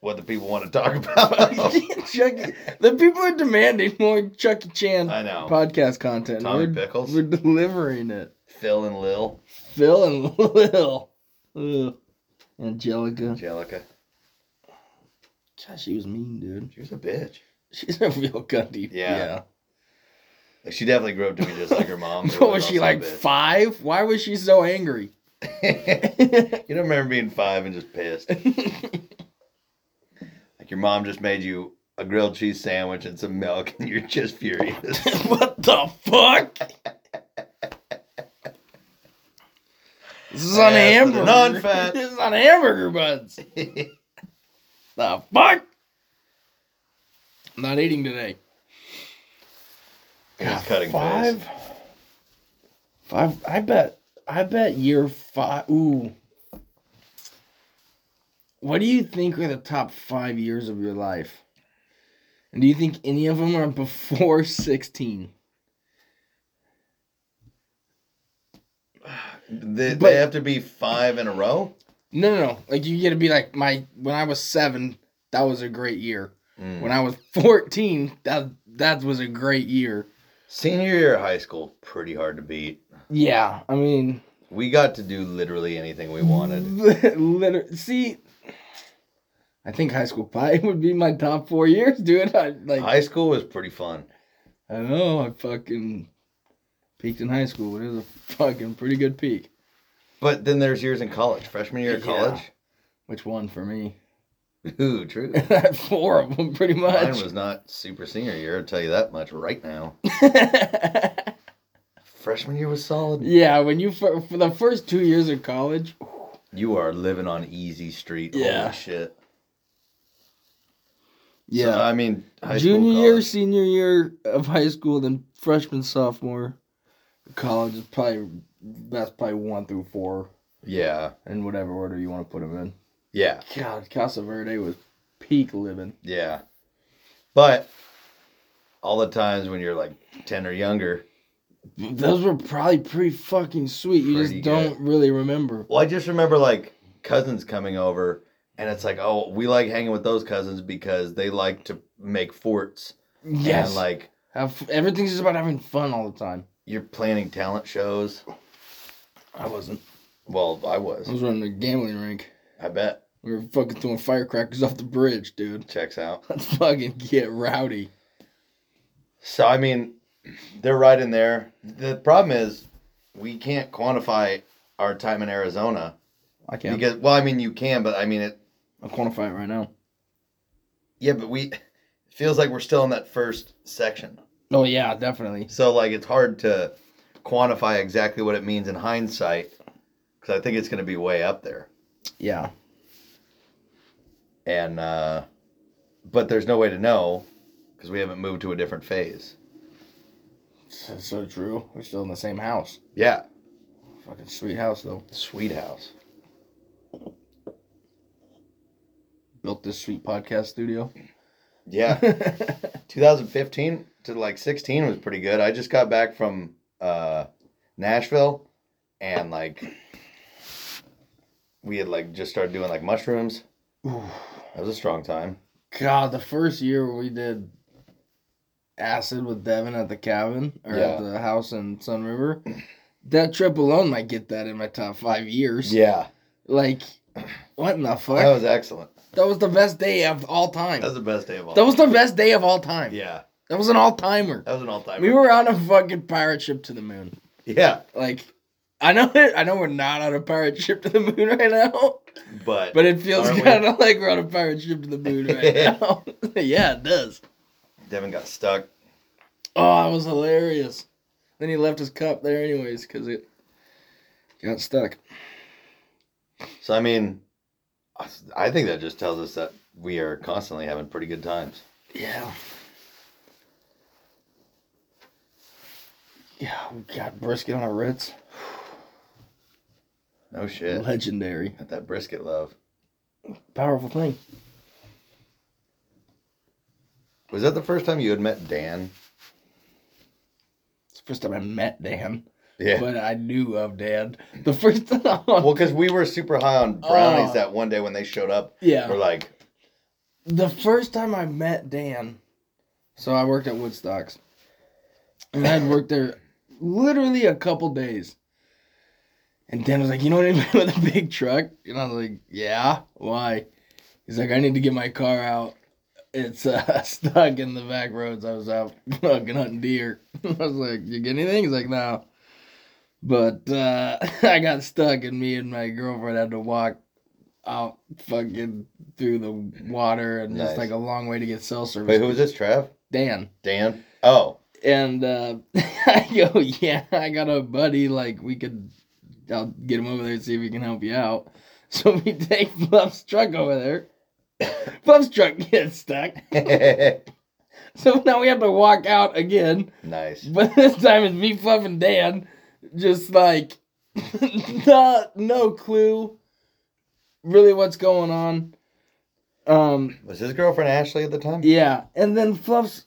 Speaker 2: what the people want to talk
Speaker 3: [laughs]
Speaker 2: about.
Speaker 3: Chucky, E, the people are demanding more Chucky Chan
Speaker 2: I know.
Speaker 3: podcast content.
Speaker 2: Tommy
Speaker 3: we're,
Speaker 2: Pickles.
Speaker 3: we're delivering it.
Speaker 2: Phil and Lil,
Speaker 3: Phil and Lil, Ugh. Angelica.
Speaker 2: Angelica.
Speaker 3: Gosh, she was mean, dude.
Speaker 2: She was a bitch.
Speaker 3: She's a real gundy.
Speaker 2: Yeah. Like, she definitely grew up to be just like her
Speaker 3: [laughs]
Speaker 2: mom.
Speaker 3: What was she
Speaker 2: also a
Speaker 3: like
Speaker 2: bitch.
Speaker 3: five? Why was she so angry?
Speaker 2: [laughs]
Speaker 3: [laughs]
Speaker 2: you don't remember being five and just
Speaker 3: [laughs]
Speaker 2: pissed. Like your mom just made you a grilled cheese sandwich and some milk, and you're just furious. [laughs]
Speaker 3: [laughs] what the fuck? This is
Speaker 2: I
Speaker 3: on
Speaker 2: asked for
Speaker 3: hamburger.
Speaker 2: the non-fat.
Speaker 3: This is on
Speaker 2: [laughs]
Speaker 3: hamburger buns. the fuck? I'm not eating today.
Speaker 2: It was cutting
Speaker 3: five.
Speaker 2: phase.
Speaker 3: Five. I bet. I bet year five. Ooh. What do you think are the top five years of your life? And do you think any of them are before [laughs] sixteen?
Speaker 2: They,
Speaker 3: But-
Speaker 2: they have to be five in a row.
Speaker 3: No, no, no. Like you get to be like my when I was seven, that was a great year.
Speaker 2: Mm.
Speaker 3: When I was fourteen, that that was a great year.
Speaker 2: Senior year of high school, pretty hard to beat.
Speaker 3: Yeah, I mean,
Speaker 2: We got to do literally anything we
Speaker 3: [laughs] Mm.
Speaker 2: wanted.
Speaker 3: Liter- see, I think high school pie [laughs] would be my top four years, dude. I like. I,
Speaker 2: High school was pretty fun.
Speaker 3: don't know. I fucking peaked in high school. It was a fucking pretty good peak.
Speaker 2: But then there's years in college. Freshman year of
Speaker 3: Yeah.
Speaker 2: college.
Speaker 3: Which one for me? [laughs]
Speaker 2: Ooh, true.
Speaker 3: four of them, pretty
Speaker 2: Mine
Speaker 3: much.
Speaker 2: was not super senior year, I'll tell you that much right now. Freshman year was solid.
Speaker 3: [laughs] yeah, when you for, for the first two years of college,
Speaker 2: You are living on easy street.
Speaker 3: Yeah.
Speaker 2: Holy shit.
Speaker 3: yeah.
Speaker 2: So, I mean, high
Speaker 3: junior
Speaker 2: school,
Speaker 3: year,
Speaker 2: college.
Speaker 3: senior year of high school, then freshman, sophomore, college is probably that's probably one through four
Speaker 2: Yeah.
Speaker 3: in whatever order you want to put them in.
Speaker 2: Yeah.
Speaker 3: God, Casa Verde was peak living.
Speaker 2: Yeah. But all the times when you're like 10 or younger,
Speaker 3: Those were probably pretty fucking sweet. You
Speaker 2: Pretty
Speaker 3: just don't really remember.
Speaker 2: well, I just remember like cousins coming over, and it's like, oh, we like hanging with those cousins because they like to make forts.
Speaker 3: Yes,
Speaker 2: And
Speaker 3: like
Speaker 2: like,
Speaker 3: have, everything's just about having fun all the time.
Speaker 2: you're planning talent shows.
Speaker 3: I wasn't.
Speaker 2: Well, I was.
Speaker 3: I was running a gambling rink.
Speaker 2: I bet.
Speaker 3: We were fucking throwing firecrackers off the bridge, dude. [laughs]
Speaker 2: Checks out.
Speaker 3: Let's fucking get rowdy.
Speaker 2: So I mean, they're right in there. The problem is we can't quantify our time in Arizona
Speaker 3: I can't.
Speaker 2: because well, I mean you can, but I mean it.
Speaker 3: I'll quantify it right now.
Speaker 2: Yeah, but we it feels like we're still in that first section.
Speaker 3: Oh yeah, definitely.
Speaker 2: So like it's hard to quantify exactly what it means in hindsight because I think it's going to be way up there.
Speaker 3: Yeah.
Speaker 2: and uh, but there's no way to know because we haven't moved to a different phase.
Speaker 3: That's so true. We're still in the same house.
Speaker 2: Yeah,
Speaker 3: Fucking sweet house though.
Speaker 2: sweet house.
Speaker 3: Built this sweet podcast studio.
Speaker 2: [laughs] Yeah, 2015 to like 16 was pretty good. I just got back from uh, Nashville, and like we had like just started doing like mushrooms.
Speaker 3: Ooh.
Speaker 2: That was a strong time.
Speaker 3: God, the first year we did acid with Devin at the cabin or
Speaker 2: Yeah.
Speaker 3: at the house in Sun River. That trip alone might get that in my top five years.
Speaker 2: Yeah,
Speaker 3: Like, what in the fuck?
Speaker 2: that was excellent.
Speaker 3: That was the best day of all time.
Speaker 2: That was the best day of all.
Speaker 3: That was the best day of all time.
Speaker 2: yeah,
Speaker 3: That was an all timer.
Speaker 2: that was an all time.
Speaker 3: We were on a fucking pirate ship to the moon.
Speaker 2: yeah,
Speaker 3: Like, I know, I know, we're not on a pirate ship to the moon right now,
Speaker 2: but
Speaker 3: but it feels
Speaker 2: Aren't we?
Speaker 3: kind of like we're on a pirate ship to the moon right
Speaker 2: [laughs]
Speaker 3: now. [laughs] yeah, it does.
Speaker 2: Devin got stuck.
Speaker 3: Oh, it was hilarious. Then he left his cup there anyways because it got stuck.
Speaker 2: So I mean, I- I think that just tells us that we are constantly having pretty good times.
Speaker 3: Yeah. Yeah, we got brisket on our Ritz.
Speaker 2: No shit.
Speaker 3: Legendary.
Speaker 2: Got that brisket love.
Speaker 3: Powerful thing.
Speaker 2: Was that the first time you had met Dan?
Speaker 3: It's the first time I met Dan,
Speaker 2: Yeah.
Speaker 3: but I knew of Dan. The first [laughs] time.
Speaker 2: [laughs] well, because we were super high on brownies
Speaker 3: Oh.
Speaker 2: that one day when they showed up.
Speaker 3: yeah.
Speaker 2: We're like,
Speaker 3: the first time I met Dan, so I worked at Woodstocks, and I'd worked there literally a couple days. And Dan was like, "You know anybody with a big truck?" And I was like, "Yeah, why?" He's like, "I need to get my car out. It's uh, [laughs] stuck in the back roads. I was out [laughs] fucking hunting deer." [laughs] I was like, "You get anything?" He's like, "No." But uh, [laughs] I got stuck, and me and my girlfriend had to walk out fucking through the water and just
Speaker 2: Nice.
Speaker 3: like a long way to get cell service.
Speaker 2: wait, who was this, Trav?
Speaker 3: Dan.
Speaker 2: Dan? Oh, [laughs]
Speaker 3: And uh, [laughs] I go, yeah, I got a buddy. Like, we could, I'll get him over there and see if he can help you out. [laughs] So we take Fluff's truck over there. [coughs] Fluff's truck gets stuck. [laughs] So now we have to walk out again. [laughs]
Speaker 2: nice.
Speaker 3: But this time it's me, Fluff, and Dan. Just like, [laughs] not, no clue really what's going on. Um,
Speaker 2: Was his girlfriend Ashley at the time?
Speaker 3: yeah, and then Fluff's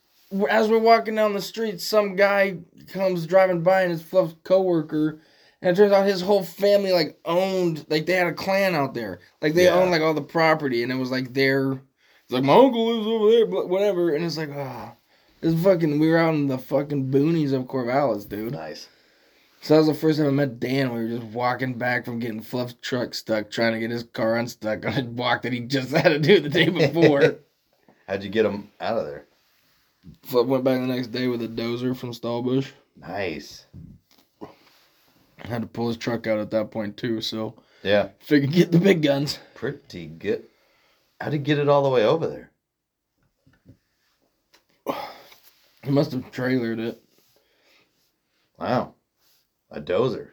Speaker 3: as we're walking down the street, some guy comes driving by and it's Fluff's coworker, and it turns out his whole family like owned like they had a clan out there, like they
Speaker 2: Yeah.
Speaker 3: owned like all the property, and it was like their, it's like my uncle lives over there, but whatever, and it's like ah, it's fucking we were out in the fucking boonies of Corvallis, dude.
Speaker 2: Nice.
Speaker 3: So that was the first time I met Dan. We were just walking back from getting Fluff's truck stuck, trying to get his car unstuck on a walk that he just [laughs] had to do the day before.
Speaker 2: [laughs] How'd you get him out of there?
Speaker 3: Flip went back the next day with a dozer from Stallbush.
Speaker 2: Nice.
Speaker 3: Had to pull his truck out at that point too, so
Speaker 2: Yeah.
Speaker 3: figured get the big guns.
Speaker 2: Pretty good. How'd you get it all the way over there?
Speaker 3: He must have trailered it.
Speaker 2: Wow. A dozer.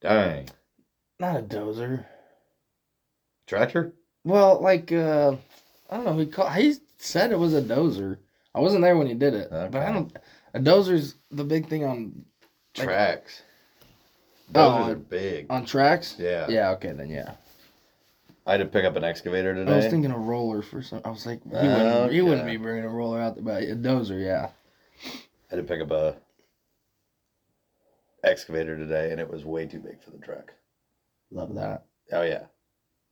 Speaker 2: Dang.
Speaker 3: Not a dozer.
Speaker 2: Tractor?
Speaker 3: Well, like uh I don't know, he called he said it was a dozer. I wasn't there when he did it. But I
Speaker 2: Okay.
Speaker 3: don't a dozer's the big thing on Like-
Speaker 2: Tracks.
Speaker 3: Oh,
Speaker 2: Those are
Speaker 3: on-
Speaker 2: big.
Speaker 3: on tracks.
Speaker 2: Yeah.
Speaker 3: Yeah, okay then yeah.
Speaker 2: I had to pick up an excavator today.
Speaker 3: I was thinking a roller for some I was like he wouldn't, he
Speaker 2: Okay.
Speaker 3: wouldn't be bringing a roller out there, but a dozer, yeah.
Speaker 2: I had to pick up a excavator today, and it was way too big for the truck.
Speaker 3: Love that.
Speaker 2: Oh yeah,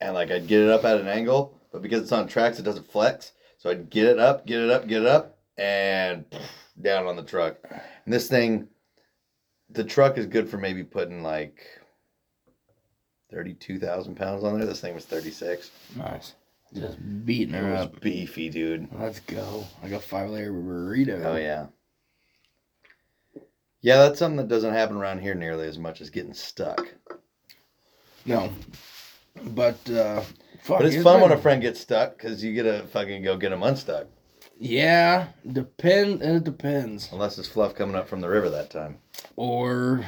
Speaker 2: and like I'd get it up at an angle, but because it's on tracks, it doesn't flex. So I'd get it up, get it up, get it up, and down on the truck. And this thing, the truck is good for maybe putting like thirty-two thousand pounds on there. This thing was thirty-six.
Speaker 3: Nice. Just beating
Speaker 2: It
Speaker 3: her
Speaker 2: was
Speaker 3: up.
Speaker 2: beefy, dude.
Speaker 3: Let's go. Like a five layer burrito.
Speaker 2: Oh yeah. Yeah, that's something that doesn't happen around here nearly as much as getting stuck.
Speaker 3: No. But uh fuck,
Speaker 2: But it's fun when a friend gets stuck because you get to fucking go get them unstuck.
Speaker 3: Yeah. Depend it depends.
Speaker 2: Unless it's fluff coming up from the river that time.
Speaker 3: Or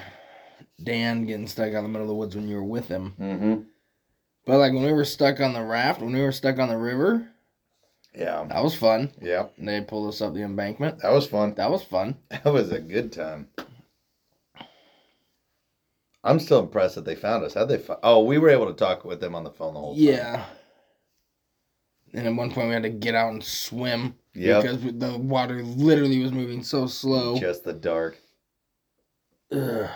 Speaker 3: Dan getting stuck out in the middle of the woods when you were with him.
Speaker 2: Mm-hmm.
Speaker 3: But like when we were stuck on the raft, when we were stuck on the river,
Speaker 2: Yeah.
Speaker 3: that was fun.
Speaker 2: Yeah.
Speaker 3: And they pulled us up the embankment.
Speaker 2: That was fun. [laughs]
Speaker 3: That was fun.
Speaker 2: That was a good time. I'm still impressed that they found us. How they? Fi- oh, we were able to talk with them on the phone the whole time.
Speaker 3: Yeah. And at one point we had to get out and swim
Speaker 2: Yep.
Speaker 3: because the water literally was moving so slow.
Speaker 2: Just the dark.
Speaker 3: Ugh.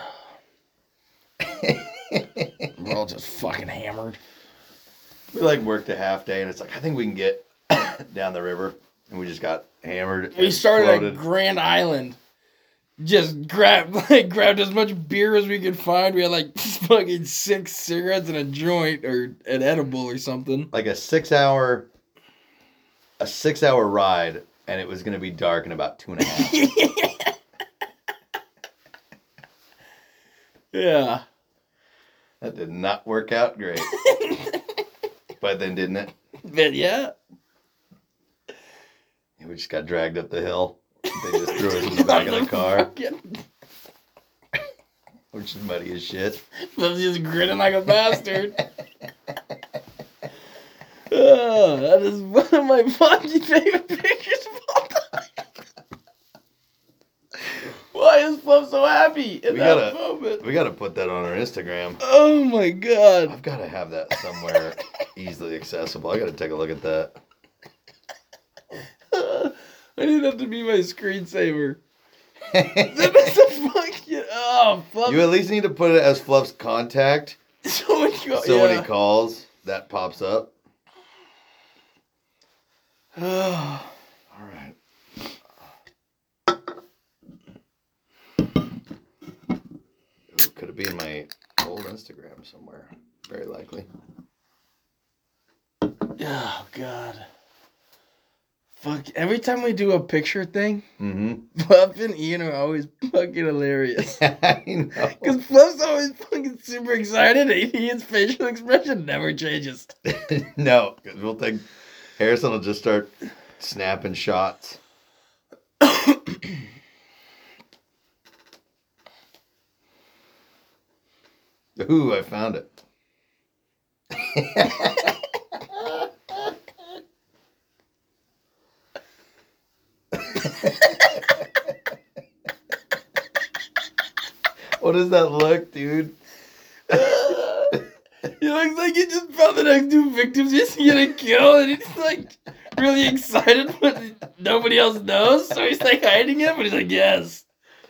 Speaker 3: We're all just fucking hammered.
Speaker 2: We like worked a half day, and it's like I think we can get [coughs] down the river, and we just got hammered.
Speaker 3: We
Speaker 2: and
Speaker 3: started
Speaker 2: floated.
Speaker 3: at Grand Island. Just grabbed [laughs] like grabbed as much beer as we could find. We had like [laughs] fucking six cigarettes and a joint or an edible or something. [laughs]
Speaker 2: like a six hour, a six hour ride, and it was gonna be dark in about two and a half.
Speaker 3: Yeah.
Speaker 2: that did not work out great. but then didn't it?
Speaker 3: But yeah.
Speaker 2: And we just got dragged up the hill. They just threw us
Speaker 3: [laughs]
Speaker 2: in the back of the car, which is muddy as shit.
Speaker 3: I'm just grinning [laughs] like a bastard. Ugh, Uh, that is one of my fucking favorite pictures of all time. Why is Puff so happy in
Speaker 2: We
Speaker 3: that
Speaker 2: gotta-
Speaker 3: moment?
Speaker 2: We gotta put that on our Instagram.
Speaker 3: Oh my god. [laughs]
Speaker 2: I've gotta have that somewhere easily accessible. I gotta take a look at that.
Speaker 3: I need that to be my screensaver. That is a fucking oh Puff.
Speaker 2: You at least need to put it as Fluff's contact.
Speaker 3: so when you
Speaker 2: So when
Speaker 3: [sighs] yeah.
Speaker 2: he calls, that pops up.
Speaker 3: Oh,
Speaker 2: All right. Could it be in my old Instagram somewhere? Very likely.
Speaker 3: oh god. Fuck! Every time we do a picture thing,
Speaker 2: Mm-hmm.
Speaker 3: Puff and Ian are always fucking hilarious.
Speaker 2: [laughs] I know.
Speaker 3: Because Puff's always fucking super excited and Ian's facial expression never changes. [laughs]
Speaker 2: [laughs] no, 'cause we'll think Harrison will just start snapping shots. [coughs] Ooh, I found it. [laughs] what does that look, dude? [laughs]
Speaker 3: He looks like he just found the next two victims he's gonna kill and he's like really excited but nobody else knows. So he's like hiding it, but he's like, yes,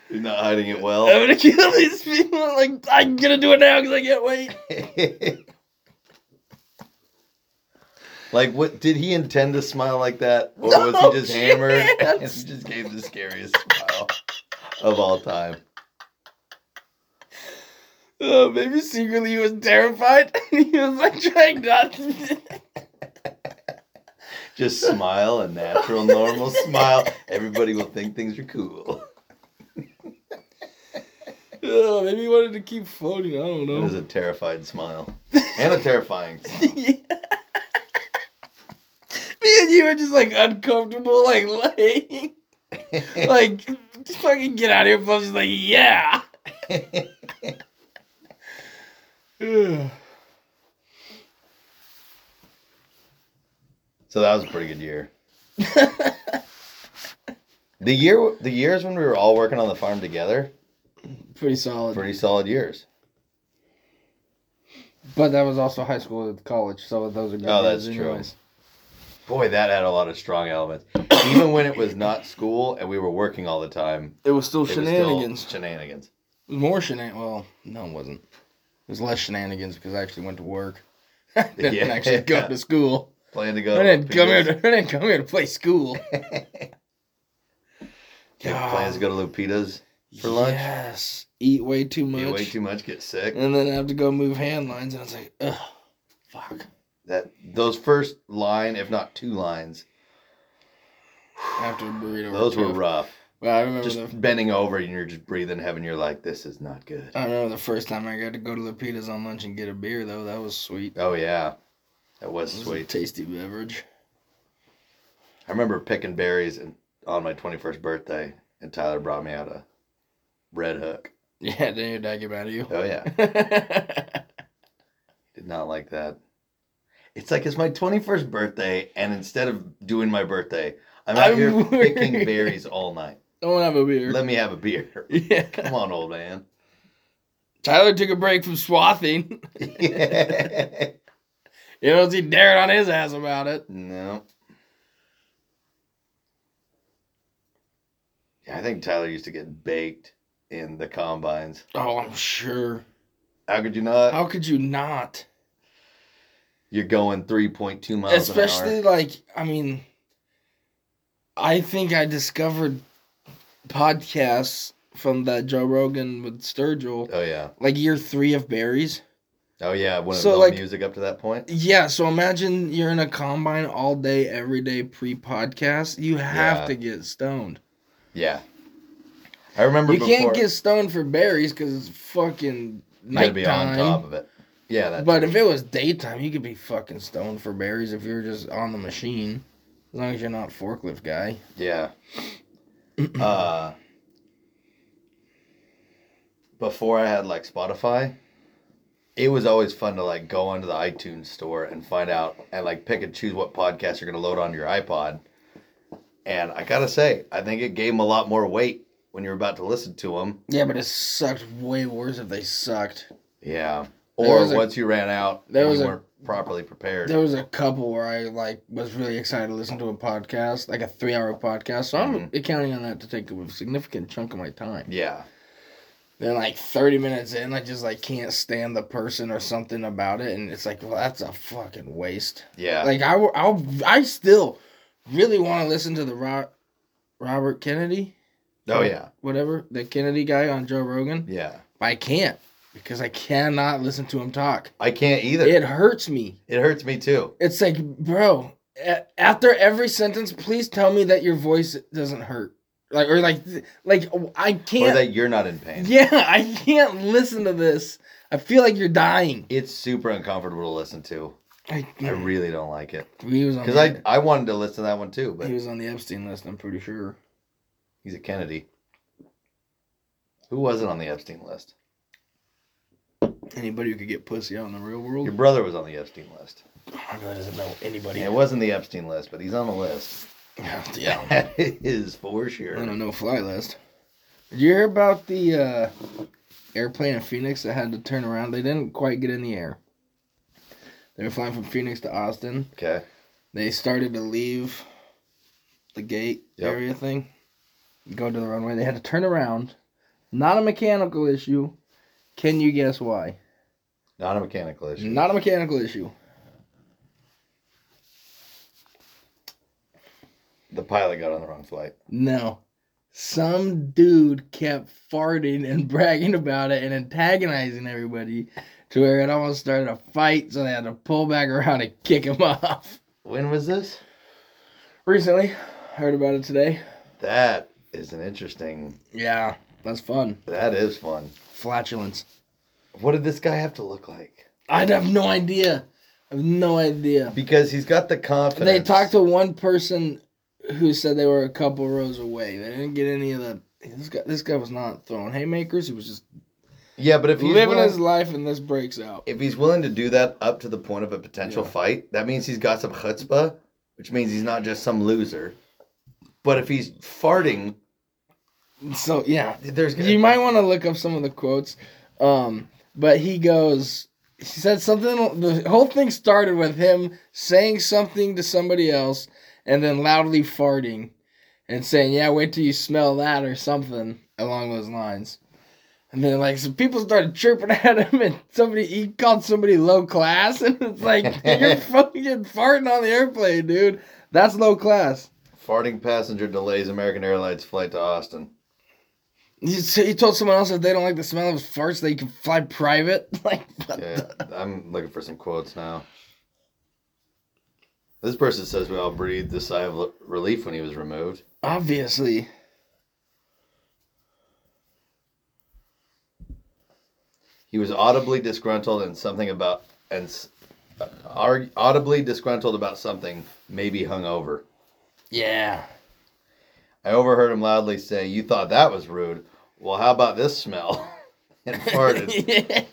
Speaker 2: He's not hiding it
Speaker 3: [laughs] I'm
Speaker 2: well.
Speaker 3: gonna kill these people. Like, I'm gonna do it now because I can't wait.
Speaker 2: [laughs] like, what did he intend to smile like that, or was he just
Speaker 3: No
Speaker 2: hammered and [laughs]
Speaker 3: chance.
Speaker 2: he just gave the scariest smile of all time?
Speaker 3: Oh, maybe secretly he was terrified [laughs] and he was like trying not to. [laughs]
Speaker 2: Just smile a natural, normal smile. Everybody will think things are cool.
Speaker 3: Oh, maybe he wanted to keep floating. I don't
Speaker 2: It
Speaker 3: know.
Speaker 2: was a terrified smile and a terrifying. smile.
Speaker 3: [laughs] Me and you were just like uncomfortable, like laying, like just fucking get out of here. Bob's just like, [sighs] yeah.
Speaker 2: so that was a pretty good year. The year, the years when we were all working on the farm together,
Speaker 3: Pretty solid.
Speaker 2: pretty solid years.
Speaker 3: But that was also high school and college, so those are good.
Speaker 2: Oh,
Speaker 3: years
Speaker 2: that's true.
Speaker 3: anyways.
Speaker 2: Boy, that had a lot of strong elements. Even when it was not school and we were working all the time,
Speaker 3: It was still
Speaker 2: it was still
Speaker 3: shenanigans.
Speaker 2: shenanigans.
Speaker 3: It was more shenanigans. Well, no, it wasn't. It was less shenanigans because I actually went to work. [laughs] I didn't
Speaker 2: Yeah. Oh,
Speaker 3: actually
Speaker 2: [laughs]
Speaker 3: go to school.
Speaker 2: Plan to
Speaker 3: I
Speaker 2: go.
Speaker 3: didn't come here.
Speaker 2: Lupita's.
Speaker 3: To, I didn't [laughs] come here to play school.
Speaker 2: Yeah, Plans to go to Lupita's. for lunch.
Speaker 3: Yes. Eat way too much.
Speaker 2: Eat way too much, get sick.
Speaker 3: and then I have to go move hand lines, and I was like, ugh, fuck.
Speaker 2: That those first line, if not two lines,
Speaker 3: After a burrito. or
Speaker 2: those
Speaker 3: two.
Speaker 2: were rough.
Speaker 3: But I remember
Speaker 2: Just
Speaker 3: the
Speaker 2: bending over and you're just breathing heaven. You're like, this is not good.
Speaker 3: I remember the first time I got to go to Lupita's on lunch and get a beer though. That was sweet.
Speaker 2: Oh yeah, that was
Speaker 3: It was a
Speaker 2: sweet.
Speaker 3: tasty beverage. [laughs]
Speaker 2: I remember picking berries and on my 21st birthday, and Tyler brought me out a red hook.
Speaker 3: Yeah, didn't your dad get mad at you?
Speaker 2: Oh yeah, [laughs]
Speaker 3: [laughs]
Speaker 2: did not like that. It's like it's my 21st birthday, and instead of doing my birthday, I'm out
Speaker 3: I'm [laughs]
Speaker 2: here
Speaker 3: worried.
Speaker 2: picking berries all night.
Speaker 3: Don't have a beer.
Speaker 2: Let me have a beer.
Speaker 3: [laughs] yeah.
Speaker 2: Come on, old
Speaker 3: [laughs]
Speaker 2: man. [laughs]
Speaker 3: Tyler took a break from swathing. [laughs] You know, he dared on his ass about it.
Speaker 2: no. Yeah, I think Tyler used to get baked in the combines.
Speaker 3: Oh, I'm sure.
Speaker 2: How could you not?
Speaker 3: How could you not?
Speaker 2: You're going 3.2 miles
Speaker 3: Especially
Speaker 2: an
Speaker 3: like, I mean, I think I discovered podcasts from that Joe Rogan with Sturgill,
Speaker 2: hour. Oh yeah.
Speaker 3: like year three of Barry's.
Speaker 2: Oh yeah. When it
Speaker 3: So,
Speaker 2: was all
Speaker 3: like-
Speaker 2: music up to that point.
Speaker 3: Yeah, so imagine you're in a combine all day, every day pre podcast. You have
Speaker 2: Yeah.
Speaker 3: to get stoned.
Speaker 2: Yeah. I remember.
Speaker 3: You can't
Speaker 2: before-
Speaker 3: get stoned for berries because it's fucking
Speaker 2: You gotta be on top
Speaker 3: nighttime.
Speaker 2: of it. Yeah. That's
Speaker 3: But if it was daytime, you could be fucking stoned for berries if you're just on the machine. As long as you're not a forklift guy.
Speaker 2: Yeah. [clears throat] uh, before I had like Spotify, it was always fun to like go onto the iTunes store and find out and like pick and choose what podcast you're gonna load onto your iPod. And I gotta say, I think it gave them a lot more weight when you're about to listen to them.
Speaker 3: Yeah, but it sucked way worse if they sucked.
Speaker 2: Yeah.
Speaker 3: There
Speaker 2: Or
Speaker 3: was a-
Speaker 2: once you ran out,
Speaker 3: there
Speaker 2: and
Speaker 3: was
Speaker 2: you
Speaker 3: a-
Speaker 2: weren't properly prepared.
Speaker 3: There was a couple where I like was really excited to listen to a podcast, like a three hour podcast. So
Speaker 2: Mm-hmm.
Speaker 3: I'm counting on that to take up a significant chunk of my time.
Speaker 2: yeah.
Speaker 3: then like 30 minutes in i just like can't stand the person or something about it and it's like well that's a fucking waste
Speaker 2: Yeah.
Speaker 3: like i will I'll, i still really want to listen to the Ro- robert kennedy
Speaker 2: oh yeah.
Speaker 3: whatever the kennedy guy on joe rogan
Speaker 2: Yeah.
Speaker 3: but i can't because i cannot listen to
Speaker 2: [laughs]
Speaker 3: him talk
Speaker 2: I can't either.
Speaker 3: it hurts me
Speaker 2: it hurts me too.
Speaker 3: it's like bro a- after every sentence please tell me that your voice doesn't hurt like or like th- like i
Speaker 2: Or
Speaker 3: can't
Speaker 2: that you're not in
Speaker 3: [laughs]
Speaker 2: pain.
Speaker 3: yeah, I can't listen to this. I feel like you're dying.
Speaker 2: It's super uncomfortable to listen to.
Speaker 3: I,
Speaker 2: I really don't like it
Speaker 3: he was on
Speaker 2: because
Speaker 3: the,
Speaker 2: I I wanted to listen to that one too, but
Speaker 3: Oh, he was on the Epstein list. I'm pretty sure
Speaker 2: he's a Kennedy. Who wasn't on the Epstein list?
Speaker 3: anybody who could get pussy out in the real world.
Speaker 2: Your brother was on the Epstein list.
Speaker 3: I really doesn't know anybody.
Speaker 2: It wasn't the Epstein list, but he's on the list. [laughs]
Speaker 3: Yeah,
Speaker 2: That is for
Speaker 3: I
Speaker 2: sure.
Speaker 3: don't know fly list. Did you hear about the uh, airplane in Phoenix that had to turn around? They didn't quite get in the air. They were flying from Phoenix to Austin.
Speaker 2: Okay.
Speaker 3: They started to leave the gate
Speaker 2: Yep.
Speaker 3: area thing, go to the runway. They had to turn around. Not a mechanical issue. Can you guess why?
Speaker 2: Not a mechanical issue.
Speaker 3: Not a mechanical issue. Mm-hmm.
Speaker 2: The pilot got on the wrong flight.
Speaker 3: No. Some dude kept farting and [laughs] bragging about it and antagonizing everybody to where it almost started a fight, so they had to pull back around and kick him [laughs] off.
Speaker 2: When was this?
Speaker 3: Recently, heard about it today.
Speaker 2: That is an interesting.
Speaker 3: Yeah, that's fun.
Speaker 2: That is fun.
Speaker 3: Flatulence.
Speaker 2: What did this guy have to look like?
Speaker 3: I'd have no idea. I have no idea.
Speaker 2: Because he's got the confidence.
Speaker 3: They talked to one person who said they were a couple rows away. They didn't get any of the. This guy, this guy was not throwing haymakers. He was just
Speaker 2: Yeah, but if he's
Speaker 3: living
Speaker 2: willing-
Speaker 3: his life, and this breaks out.
Speaker 2: if he's willing to do that up to the point of a potential
Speaker 3: Yeah.
Speaker 2: fight, that means he's got some chutzpah, which means he's not just some loser. But if he's farting,
Speaker 3: So yeah,
Speaker 2: there's
Speaker 3: you might want to look up some of the quotes. Um, but he goes, he said something. The whole thing started with him saying something to somebody else, and then loudly farting, and saying, "Yeah, wait till you smell that" or something along those lines. And then like some people started chirping [laughs] at him, and somebody he called somebody low class, [laughs] and it's like you're fucking farting on the airplane, dude. That's low class.
Speaker 2: farting passenger delays American Airlines flight to Austin.
Speaker 3: He, s- he told someone else if they don't like the smell of his farts, they can fly private. [laughs] Like, what
Speaker 2: Yeah,
Speaker 3: the-
Speaker 2: I'm looking for some quotes now. This person says we all breathed a sigh of l- relief when he was removed.
Speaker 3: obviously.
Speaker 2: He was audibly disgruntled and something about and s- uh, arg- audibly disgruntled about something, maybe hungover.
Speaker 3: [laughs] Yeah.
Speaker 2: I overheard him loudly say, "You thought that was rude. Well, how about this smell?" [laughs] and
Speaker 3: [laughs]
Speaker 2: farted.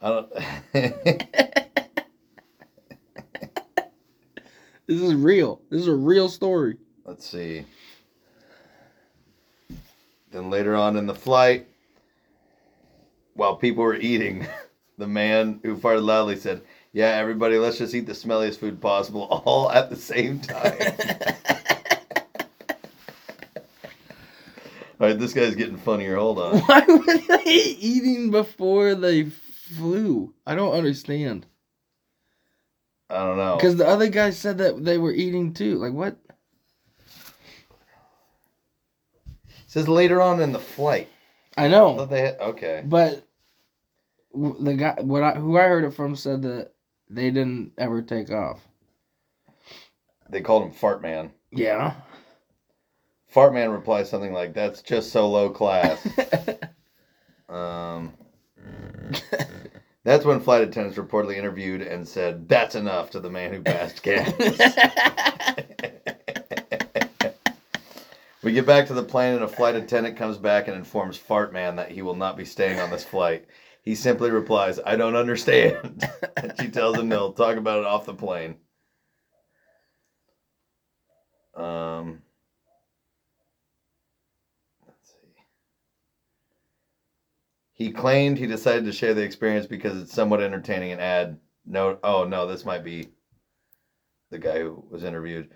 Speaker 2: I don't. [laughs]
Speaker 3: This is real. This is a real story. [laughs]
Speaker 2: Let's see. Then later on in the flight, while people were eating, [laughs] the man who farted loudly said, Yeah, everybody, let's just eat the smelliest food possible [laughs] all at the same time. all right, this guy's getting funnier. Hold on.
Speaker 3: Why were they eating before they flew? I don't understand.
Speaker 2: I don't
Speaker 3: [laughs]
Speaker 2: know.
Speaker 3: Because the other guy said that they were eating too. Like, what?
Speaker 2: It says later on in the flight.
Speaker 3: I
Speaker 2: I
Speaker 3: know.
Speaker 2: thought they had, okay.
Speaker 3: But w- the guy, what I, who I heard it from, said that they didn't ever take off.
Speaker 2: They called him Fart Man.
Speaker 3: Yeah.
Speaker 2: Fart Man replies something like, That's just so low class. Um, that's when flight attendants reportedly interviewed and said, "That's enough" to the man who passed gas. we get back to the plane, and a flight attendant comes back and informs Fart Man that he will not be staying on this flight. He simply replies, "I don't understand." [laughs] and she tells him they'll talk about it off the plane. Um. Let's see. He claimed he decided to share the experience because it's somewhat entertaining and add no oh no, this might be the guy who was interviewed.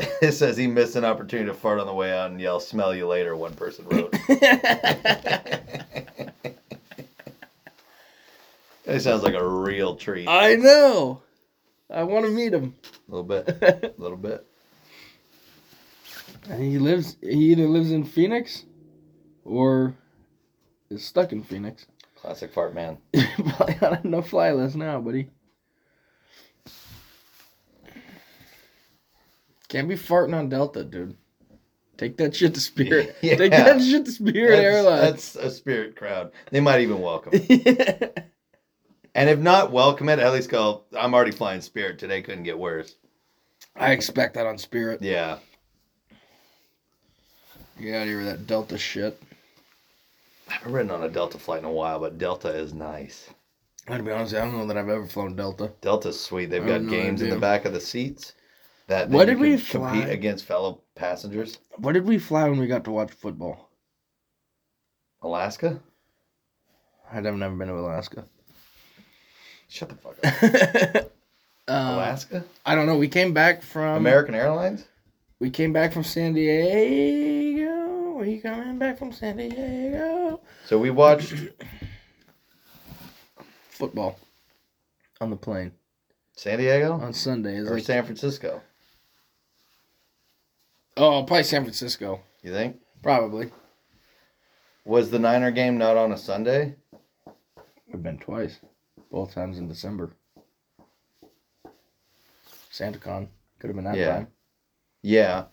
Speaker 2: [laughs] It says he missed an opportunity to fart on the way out and yell smell you later, one person wrote. That sounds like a real treat. A
Speaker 3: I know. I want to meet him. [laughs]
Speaker 2: little bit. A little bit.
Speaker 3: And he lives. He either lives in Phoenix, or is stuck in Phoenix. [laughs]
Speaker 2: Classic fart man.
Speaker 3: Probably on a no-fly list now, buddy. Can't be farting on Delta, dude. Take that shit to [laughs] Spirit.
Speaker 2: Yeah.
Speaker 3: Take that shit to Spirit
Speaker 2: that's,
Speaker 3: Airlines.
Speaker 2: that's a spirit crowd. They might even welcome. it. and if not welcome it, at least go I'm already flying spirit today, couldn't get worse.
Speaker 3: [laughs] I expect that on Spirit.
Speaker 2: Yeah.
Speaker 3: Get out of here with that Delta shit.
Speaker 2: I haven't ridden on a Delta flight in a while, but Delta is nice.
Speaker 3: I'm to be honest, I don't know that I've ever flown Delta.
Speaker 2: Delta's sweet. They've
Speaker 3: I
Speaker 2: got
Speaker 3: have no
Speaker 2: games in the
Speaker 3: idea.
Speaker 2: back of the seats that
Speaker 3: What
Speaker 2: then
Speaker 3: did we
Speaker 2: can compete
Speaker 3: fly?
Speaker 2: against fellow passengers.
Speaker 3: What did we fly when we got to watch football?
Speaker 2: Alaska?
Speaker 3: I'd have never been to [laughs] Alaska.
Speaker 2: Shut the fuck up.
Speaker 3: Um,
Speaker 2: Alaska?
Speaker 3: I don't know. We came back from
Speaker 2: American Airlines?
Speaker 3: We came back from San Diego. We coming back from San Diego.
Speaker 2: So we
Speaker 3: [coughs]
Speaker 2: watched
Speaker 3: Football on the plane
Speaker 2: San Diego
Speaker 3: on Sunday. Is
Speaker 2: or
Speaker 3: like,
Speaker 2: San Francisco,
Speaker 3: oh, probably San Francisco.
Speaker 2: you think?
Speaker 3: Probably.
Speaker 2: Was the Niner game not on a Sunday?
Speaker 3: We've been twice, both times in December. SantaCon could have been that
Speaker 2: Yeah.
Speaker 3: time.
Speaker 2: Yeah.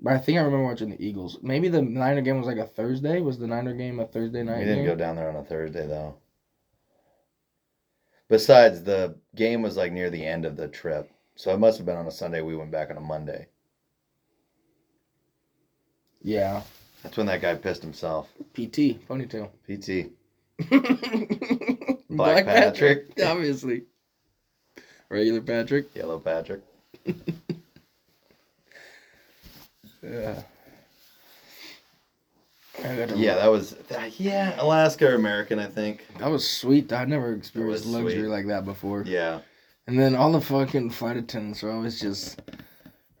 Speaker 3: But I think I remember watching the Eagles. Maybe the Niner game was like a Thursday. Was the Niner game a Thursday night?
Speaker 2: We didn't
Speaker 3: game?
Speaker 2: go down there on a Thursday though. Besides, the game was like near the end of the trip, so it must have been on a Sunday. We went back on a Monday.
Speaker 3: Yeah.
Speaker 2: That's when that guy pissed himself.
Speaker 3: PT ponytail.
Speaker 2: PT. [laughs]
Speaker 3: Black,
Speaker 2: Black Patrick. [laughs]
Speaker 3: obviously. Regular Patrick.
Speaker 2: Yellow Patrick.
Speaker 3: Yeah. I got to-
Speaker 2: Yeah, that was yeah Alaska or American, I think.
Speaker 3: that was sweet. I never experienced
Speaker 2: was
Speaker 3: luxury
Speaker 2: sweet.
Speaker 3: like that before.
Speaker 2: Yeah,
Speaker 3: And then all the fucking flight attendants are always just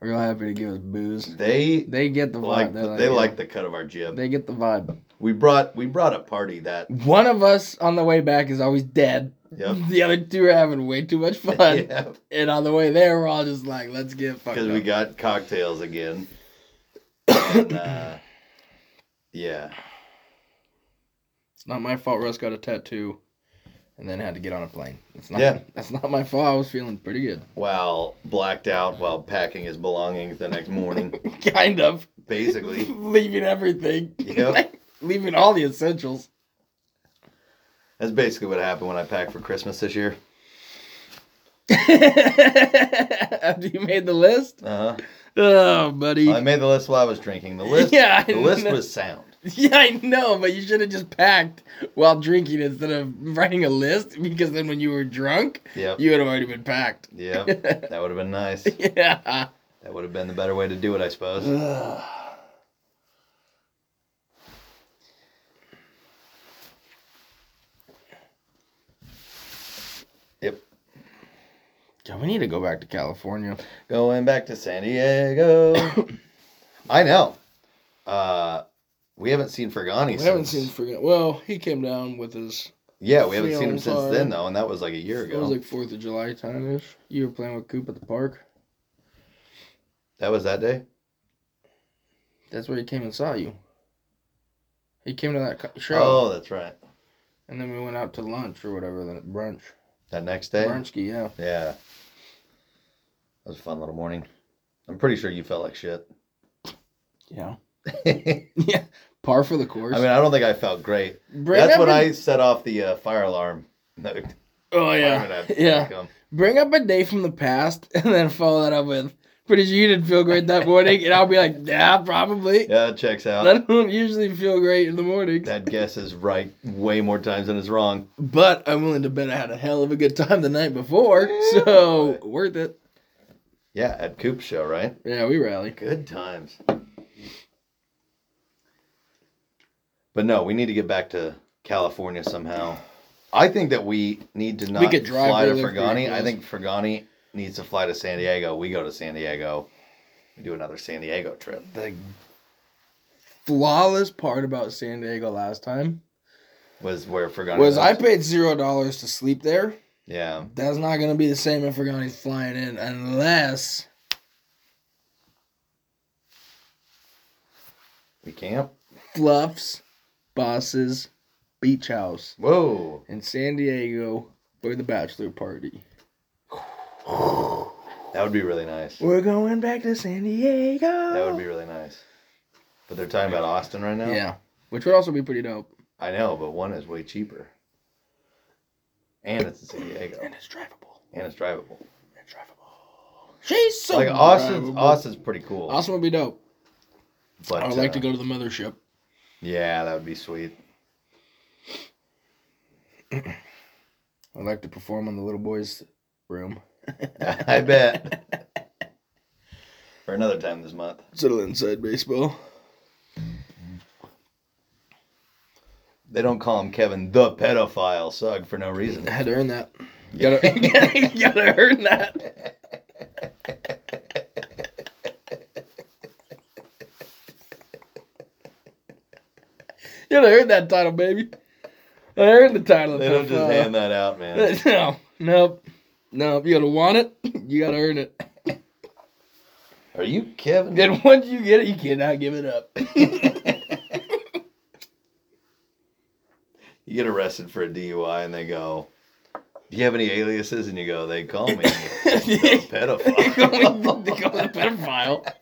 Speaker 3: real happy to give us booze.
Speaker 2: they
Speaker 3: They get the vibe.
Speaker 2: like
Speaker 3: They're
Speaker 2: they
Speaker 3: yeah.
Speaker 2: like the cut of our jib.
Speaker 3: They get the vibe.
Speaker 2: we brought we brought a party [laughs] that.
Speaker 3: One of us on the way back is always dead.
Speaker 2: Yep.
Speaker 3: [laughs] The other two are having way too
Speaker 2: [laughs]
Speaker 3: much fun.
Speaker 2: yeah,
Speaker 3: And on the way there, we're all just like, let's get fucked
Speaker 2: because
Speaker 3: up.
Speaker 2: we got cocktails again. [coughs] And, uh, yeah.
Speaker 3: It's not my fault Russ got a tattoo and then had to get on a plane. It's not
Speaker 2: Yeah.
Speaker 3: [laughs] that's not my fault. I was feeling pretty good. [laughs]
Speaker 2: While blacked out while packing his belongings the next morning,
Speaker 3: kind of.
Speaker 2: basically.
Speaker 3: [laughs] leaving everything. [laughs]
Speaker 2: Yep.
Speaker 3: leaving all the essentials. [laughs]
Speaker 2: That's basically what happened when I packed for Christmas this year.
Speaker 3: After you made the list?
Speaker 2: Uh-huh.
Speaker 3: Oh, buddy.
Speaker 2: I made the list while I was drinking. The list,
Speaker 3: Yeah, I
Speaker 2: the list
Speaker 3: know.
Speaker 2: was sound.
Speaker 3: [laughs] Yeah, I know, but you should have just packed while drinking instead of writing a list because then when you were drunk,
Speaker 2: Yep.
Speaker 3: you would have already been packed.
Speaker 2: Yep. That would have been nice.
Speaker 3: [laughs] yeah.
Speaker 2: That would have been the better way to do it, I suppose. [sighs]
Speaker 3: Ugh.
Speaker 2: Yep.
Speaker 3: Yeah, we need to go back to California.
Speaker 2: Going back to San
Speaker 3: [coughs]
Speaker 2: Diego. I know. Uh, we haven't seen Fergani
Speaker 3: We
Speaker 2: since.
Speaker 3: haven't seen forget. Well, he came down with his.
Speaker 2: yeah, we haven't
Speaker 3: Free
Speaker 2: seen him
Speaker 3: on
Speaker 2: since
Speaker 3: fire.
Speaker 2: then though, and that was like a year
Speaker 3: It
Speaker 2: ago.
Speaker 3: was like Fourth of July time ish. You were playing with Coop at the park.
Speaker 2: that was that day.
Speaker 3: That's where he came and saw you. He came to that co- show,
Speaker 2: Oh, that's right.
Speaker 3: and then we went out to lunch or whatever, then brunch.
Speaker 2: That next day.
Speaker 3: Brunchki, yeah.
Speaker 2: Yeah. That was a fun little morning. I'm pretty sure you felt like shit. [laughs]
Speaker 3: Yeah.
Speaker 2: I
Speaker 3: Yeah. Par for the course.
Speaker 2: mean, I don't think I felt great.
Speaker 3: Bring
Speaker 2: that's
Speaker 3: up
Speaker 2: when
Speaker 3: a-
Speaker 2: I set off the uh, fire alarm. [laughs] No,
Speaker 3: Oh
Speaker 2: fire alarm
Speaker 3: yeah,
Speaker 2: had
Speaker 3: yeah.
Speaker 2: come.
Speaker 3: Bring up a day from the past, [laughs] and then follow that up with, "Pretty sure you didn't feel great that morning," and I'll be like, "Yeah, [laughs] probably."
Speaker 2: Yeah, that checks out.
Speaker 3: I don't usually feel great in the morning,
Speaker 2: that guess is right way more times than it's wrong.
Speaker 3: but I'm willing to bet I had a hell of a good time the night before, [laughs]
Speaker 2: [laughs]
Speaker 3: so worth it.
Speaker 2: Yeah, at Coop show, right?
Speaker 3: Yeah, we rally.
Speaker 2: Good times. But no, we need to get back to California somehow. I think that we need to not
Speaker 3: could drive
Speaker 2: fly to
Speaker 3: really quick,
Speaker 2: Fergani. I
Speaker 3: yes.
Speaker 2: think Fergani needs to fly to San Diego. We go to San Diego. We do another San Diego trip.
Speaker 3: The flawless part about San Diego last time
Speaker 2: Was where Fergani
Speaker 3: was I
Speaker 2: lives.
Speaker 3: paid zero dollars to sleep there.
Speaker 2: Yeah.
Speaker 3: That's not gonna be the same if Fergani's flying in, unless
Speaker 2: We camp.
Speaker 3: Fluffs, Boss's Beach House.
Speaker 2: Whoa.
Speaker 3: in San Diego for the bachelor party.
Speaker 2: That would be really nice.
Speaker 3: We're going back to San Diego.
Speaker 2: That would be really nice. But they're talking about Austin right now.
Speaker 3: yeah, which would also be pretty dope.
Speaker 2: I know, but one is way cheaper. And it's in San Diego.
Speaker 3: And it's drivable.
Speaker 2: And it's drivable.
Speaker 3: It's drivable. She's so
Speaker 2: like Austin's
Speaker 3: drivable.
Speaker 2: Austin's pretty cool.
Speaker 3: Austin would be dope.
Speaker 2: but
Speaker 3: I would like
Speaker 2: uh,
Speaker 3: to go to the mothership.
Speaker 2: Yeah, that would be
Speaker 3: [laughs]
Speaker 2: sweet. [laughs]
Speaker 3: I'd like to perform on the little boys' room.
Speaker 2: I bet.
Speaker 3: [laughs]
Speaker 2: For another time this month.
Speaker 3: It's a little inside baseball.
Speaker 2: They don't call him Kevin the pedophile sug for no
Speaker 3: [laughs]
Speaker 2: reason.
Speaker 3: I had to earn that. [laughs] Gotta, gotta earn that. gotta earn that title, baby. I earned the title.
Speaker 2: They don't just hand that out,
Speaker 3: [laughs]
Speaker 2: man.
Speaker 3: No, nope, nope. You gotta want it. You gotta earn it.
Speaker 2: Are you Kevin?
Speaker 3: Then once you get it, you cannot give
Speaker 2: [laughs]
Speaker 3: it up. [laughs]
Speaker 2: You get arrested for a DUI and they go, Do you have any aliases? And you go, They call
Speaker 3: [laughs]
Speaker 2: me the
Speaker 3: They call me
Speaker 2: pedophile.
Speaker 3: they call me a pedophile.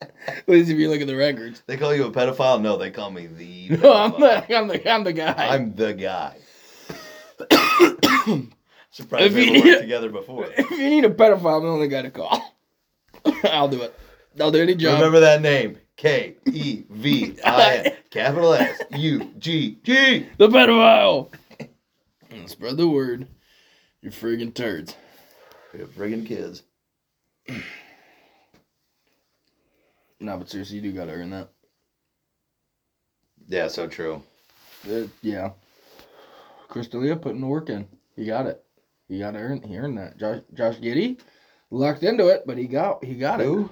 Speaker 3: At least if you look at the records.
Speaker 2: [laughs] They call you a pedophile? No, they call me the.
Speaker 3: No, I'm
Speaker 2: pedophile.
Speaker 3: not. I'm the. I'm the guy.
Speaker 2: I'm the guy. [coughs] Surprised
Speaker 3: If
Speaker 2: we
Speaker 3: you-
Speaker 2: haven't worked together before.
Speaker 3: If you need a pedophile, I'm the only guy to call. [laughs] I'll do it. I'll do any job.
Speaker 2: Remember that name. K E V I N
Speaker 3: [laughs]
Speaker 2: capital S U G G.
Speaker 3: the pedophile. And spread the word. You friggin' turds.
Speaker 2: We have friggin' kids.
Speaker 3: No, but seriously, you do gotta earn that.
Speaker 2: Yeah, so true.
Speaker 3: Uh, yeah. Crystalia putting the work in. He got it. He gotta earn. He earned that. Josh Josh Giddy lucked into it, but he got he got it.
Speaker 2: Who?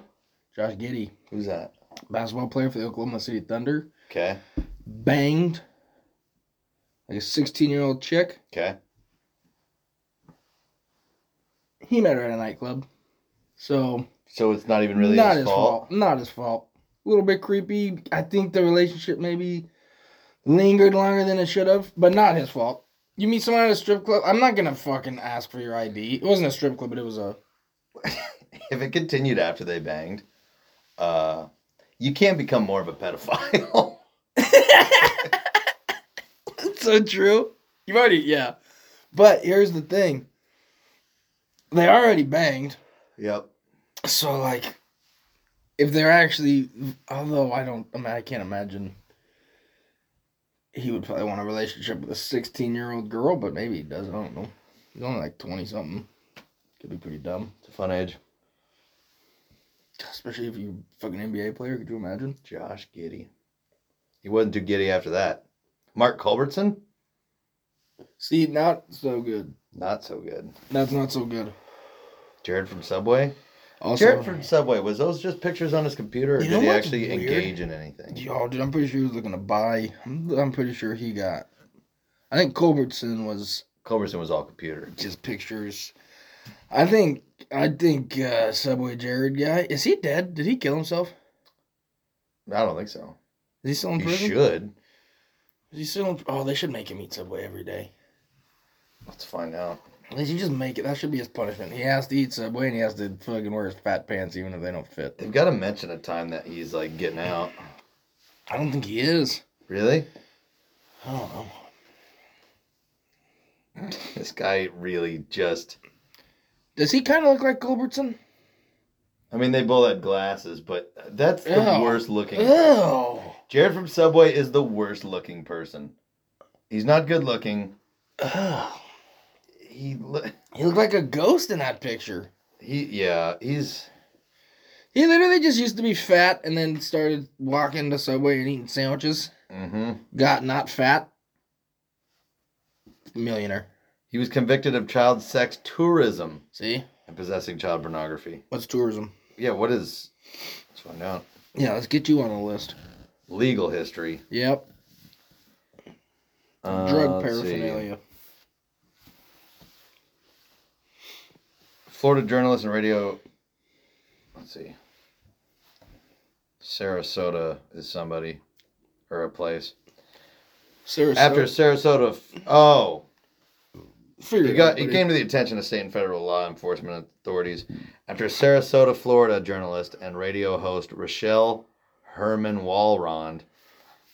Speaker 3: Josh Giddy,
Speaker 2: Who's that?
Speaker 3: basketball player for the Oklahoma City Thunder,
Speaker 2: Okay.
Speaker 3: banged like a 16 year old chick.
Speaker 2: Okay.
Speaker 3: He met her at a nightclub, so
Speaker 2: So it's not even really
Speaker 3: not
Speaker 2: his, fault.
Speaker 3: Not his fault. a little bit creepy. I think the relationship maybe lingered longer than it should have, but not his fault. You meet someone at a strip club. I'm not gonna fucking ask for your ID. It wasn't a strip club, but it
Speaker 2: [laughs]
Speaker 3: was a.
Speaker 2: If it continued after they banged, uh, you can't become more of a pedophile. [laughs]
Speaker 3: That's so true. You already yeah, but here's the thing. They already banged.
Speaker 2: yep.
Speaker 3: So like, if they're actually, although I don't, I mean, I can't imagine. He would probably want a relationship with a sixteen-year-old girl, but maybe he does. I don't know. He's only like twenty-something. Could be pretty dumb,
Speaker 2: It's a fun age.
Speaker 3: especially if you fucking NBA player. Could you imagine?
Speaker 2: Josh Giddy. He wasn't too giddy after that. Mark Culbertson?
Speaker 3: See, not so good.
Speaker 2: Not so good.
Speaker 3: That's not so good.
Speaker 2: Jared from Subway?
Speaker 3: Also,
Speaker 2: Jared from Subway, was those just pictures on his computer or
Speaker 3: You know
Speaker 2: did he
Speaker 3: what's
Speaker 2: actually
Speaker 3: weird?
Speaker 2: engage in anything?
Speaker 3: Yo, dude, I'm pretty sure he was looking to buy. I'm, I'm pretty sure he got. I think Culbertson was
Speaker 2: Culbertson was all computer.
Speaker 3: just pictures. I think I think uh, Subway Jared guy is he dead? Did he kill himself?
Speaker 2: I don't think so.
Speaker 3: Is he still in
Speaker 2: He
Speaker 3: prison?
Speaker 2: should.
Speaker 3: Is he still? In, oh, they should make him eat Subway every day.
Speaker 2: Let's find out.
Speaker 3: They should just make it. That should be his punishment. He has to eat Subway and he has to fucking wear his fat pants even if they don't fit.
Speaker 2: They've got to mention a time that he's like getting out.
Speaker 3: I don't think he is.
Speaker 2: Really?
Speaker 3: I don't know.
Speaker 2: This guy really just.
Speaker 3: Does he kind of look like Culbertson?
Speaker 2: I mean, they both had glasses, but that's the
Speaker 3: Ew.
Speaker 2: worst looking.
Speaker 3: Ew.
Speaker 2: Jared from Subway is the worst looking person. He's not good looking.
Speaker 3: Ew.
Speaker 2: He, lo-
Speaker 3: He looked like a ghost in that picture.
Speaker 2: he, yeah, he's.
Speaker 3: He literally just used to be fat and then started walking to Subway and eating sandwiches.
Speaker 2: Mm-hmm.
Speaker 3: Got not fat. Millionaire.
Speaker 2: He was convicted of child sex tourism
Speaker 3: See?
Speaker 2: and possessing child pornography.
Speaker 3: What's tourism?
Speaker 2: Yeah, what is? Let's find out.
Speaker 3: Yeah, let's get you on the list.
Speaker 2: Legal history.
Speaker 3: Yep.
Speaker 2: Uh,
Speaker 3: Drug
Speaker 2: let's see.
Speaker 3: paraphernalia.
Speaker 2: Florida journalist and radio. Let's see. Sarasota is somebody or a place.
Speaker 3: Sarasota.
Speaker 2: After Sarasota. F- oh.
Speaker 3: Figure
Speaker 2: It
Speaker 3: it
Speaker 2: got
Speaker 3: out,
Speaker 2: it
Speaker 3: buddy.
Speaker 2: came to the attention of state and federal law enforcement authorities after Sarasota, Florida journalist and radio host Rochelle Herman Walrond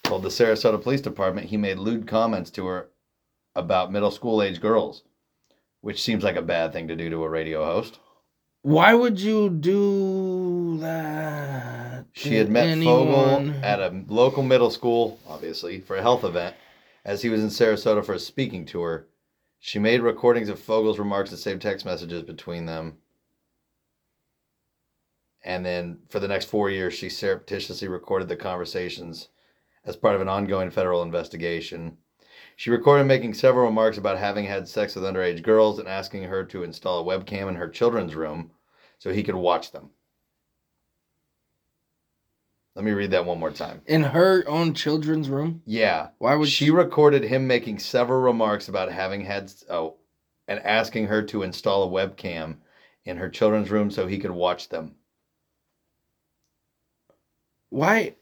Speaker 2: told the Sarasota Police Department he made lewd comments to her about middle school age girls, which seems like a bad thing to do to a radio host.
Speaker 3: Why would you do that?
Speaker 2: She had met Fogel at a local middle school, obviously, for a health event, as he was in Sarasota for a speaking tour. She made recordings of Fogel's remarks and saved text messages between them. And then for the next four years, she surreptitiously recorded the conversations as part of an ongoing federal investigation. She recorded making several remarks about having had sex with underage girls and asking her to install a webcam in her children's room so he could watch them. Let me read that one more time.
Speaker 3: in her own children's room.
Speaker 2: Yeah.
Speaker 3: Why would
Speaker 2: She recorded him making several remarks about having had oh, and asking her to install a webcam in her children's room so he could watch them.
Speaker 3: Why?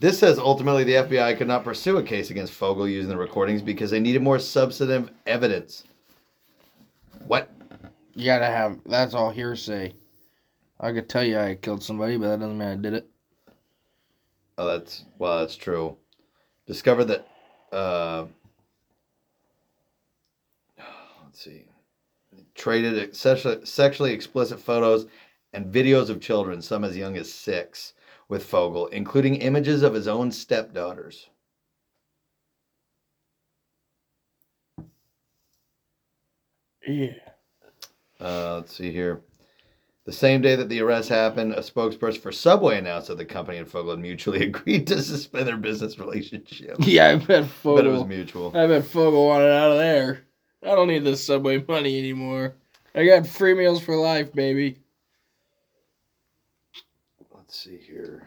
Speaker 2: This says ultimately the FBI could not pursue a case against Fogel using the recordings because they needed more substantive evidence. What?
Speaker 3: You gotta have. That's all hearsay. I could tell you I killed somebody, but that doesn't mean I did it.
Speaker 2: Oh, that's well, that's true. Discovered that. Uh, let's see. Traded sexually, sexually explicit photos and videos of children, some as young as six, with Fogel, including images of his own stepdaughters.
Speaker 3: Yeah.
Speaker 2: Uh, let's see here. The same day that the arrest happened, a spokesperson for Subway announced that the company and Fogel had mutually [laughs] agreed to suspend their business relationship.
Speaker 3: [laughs] Yeah, I bet
Speaker 2: But it was
Speaker 3: Fogel.
Speaker 2: mutual.
Speaker 3: I bet Fogel wanted out of there. I don't need this Subway money anymore. I got free meals for life, baby.
Speaker 2: Let's see here.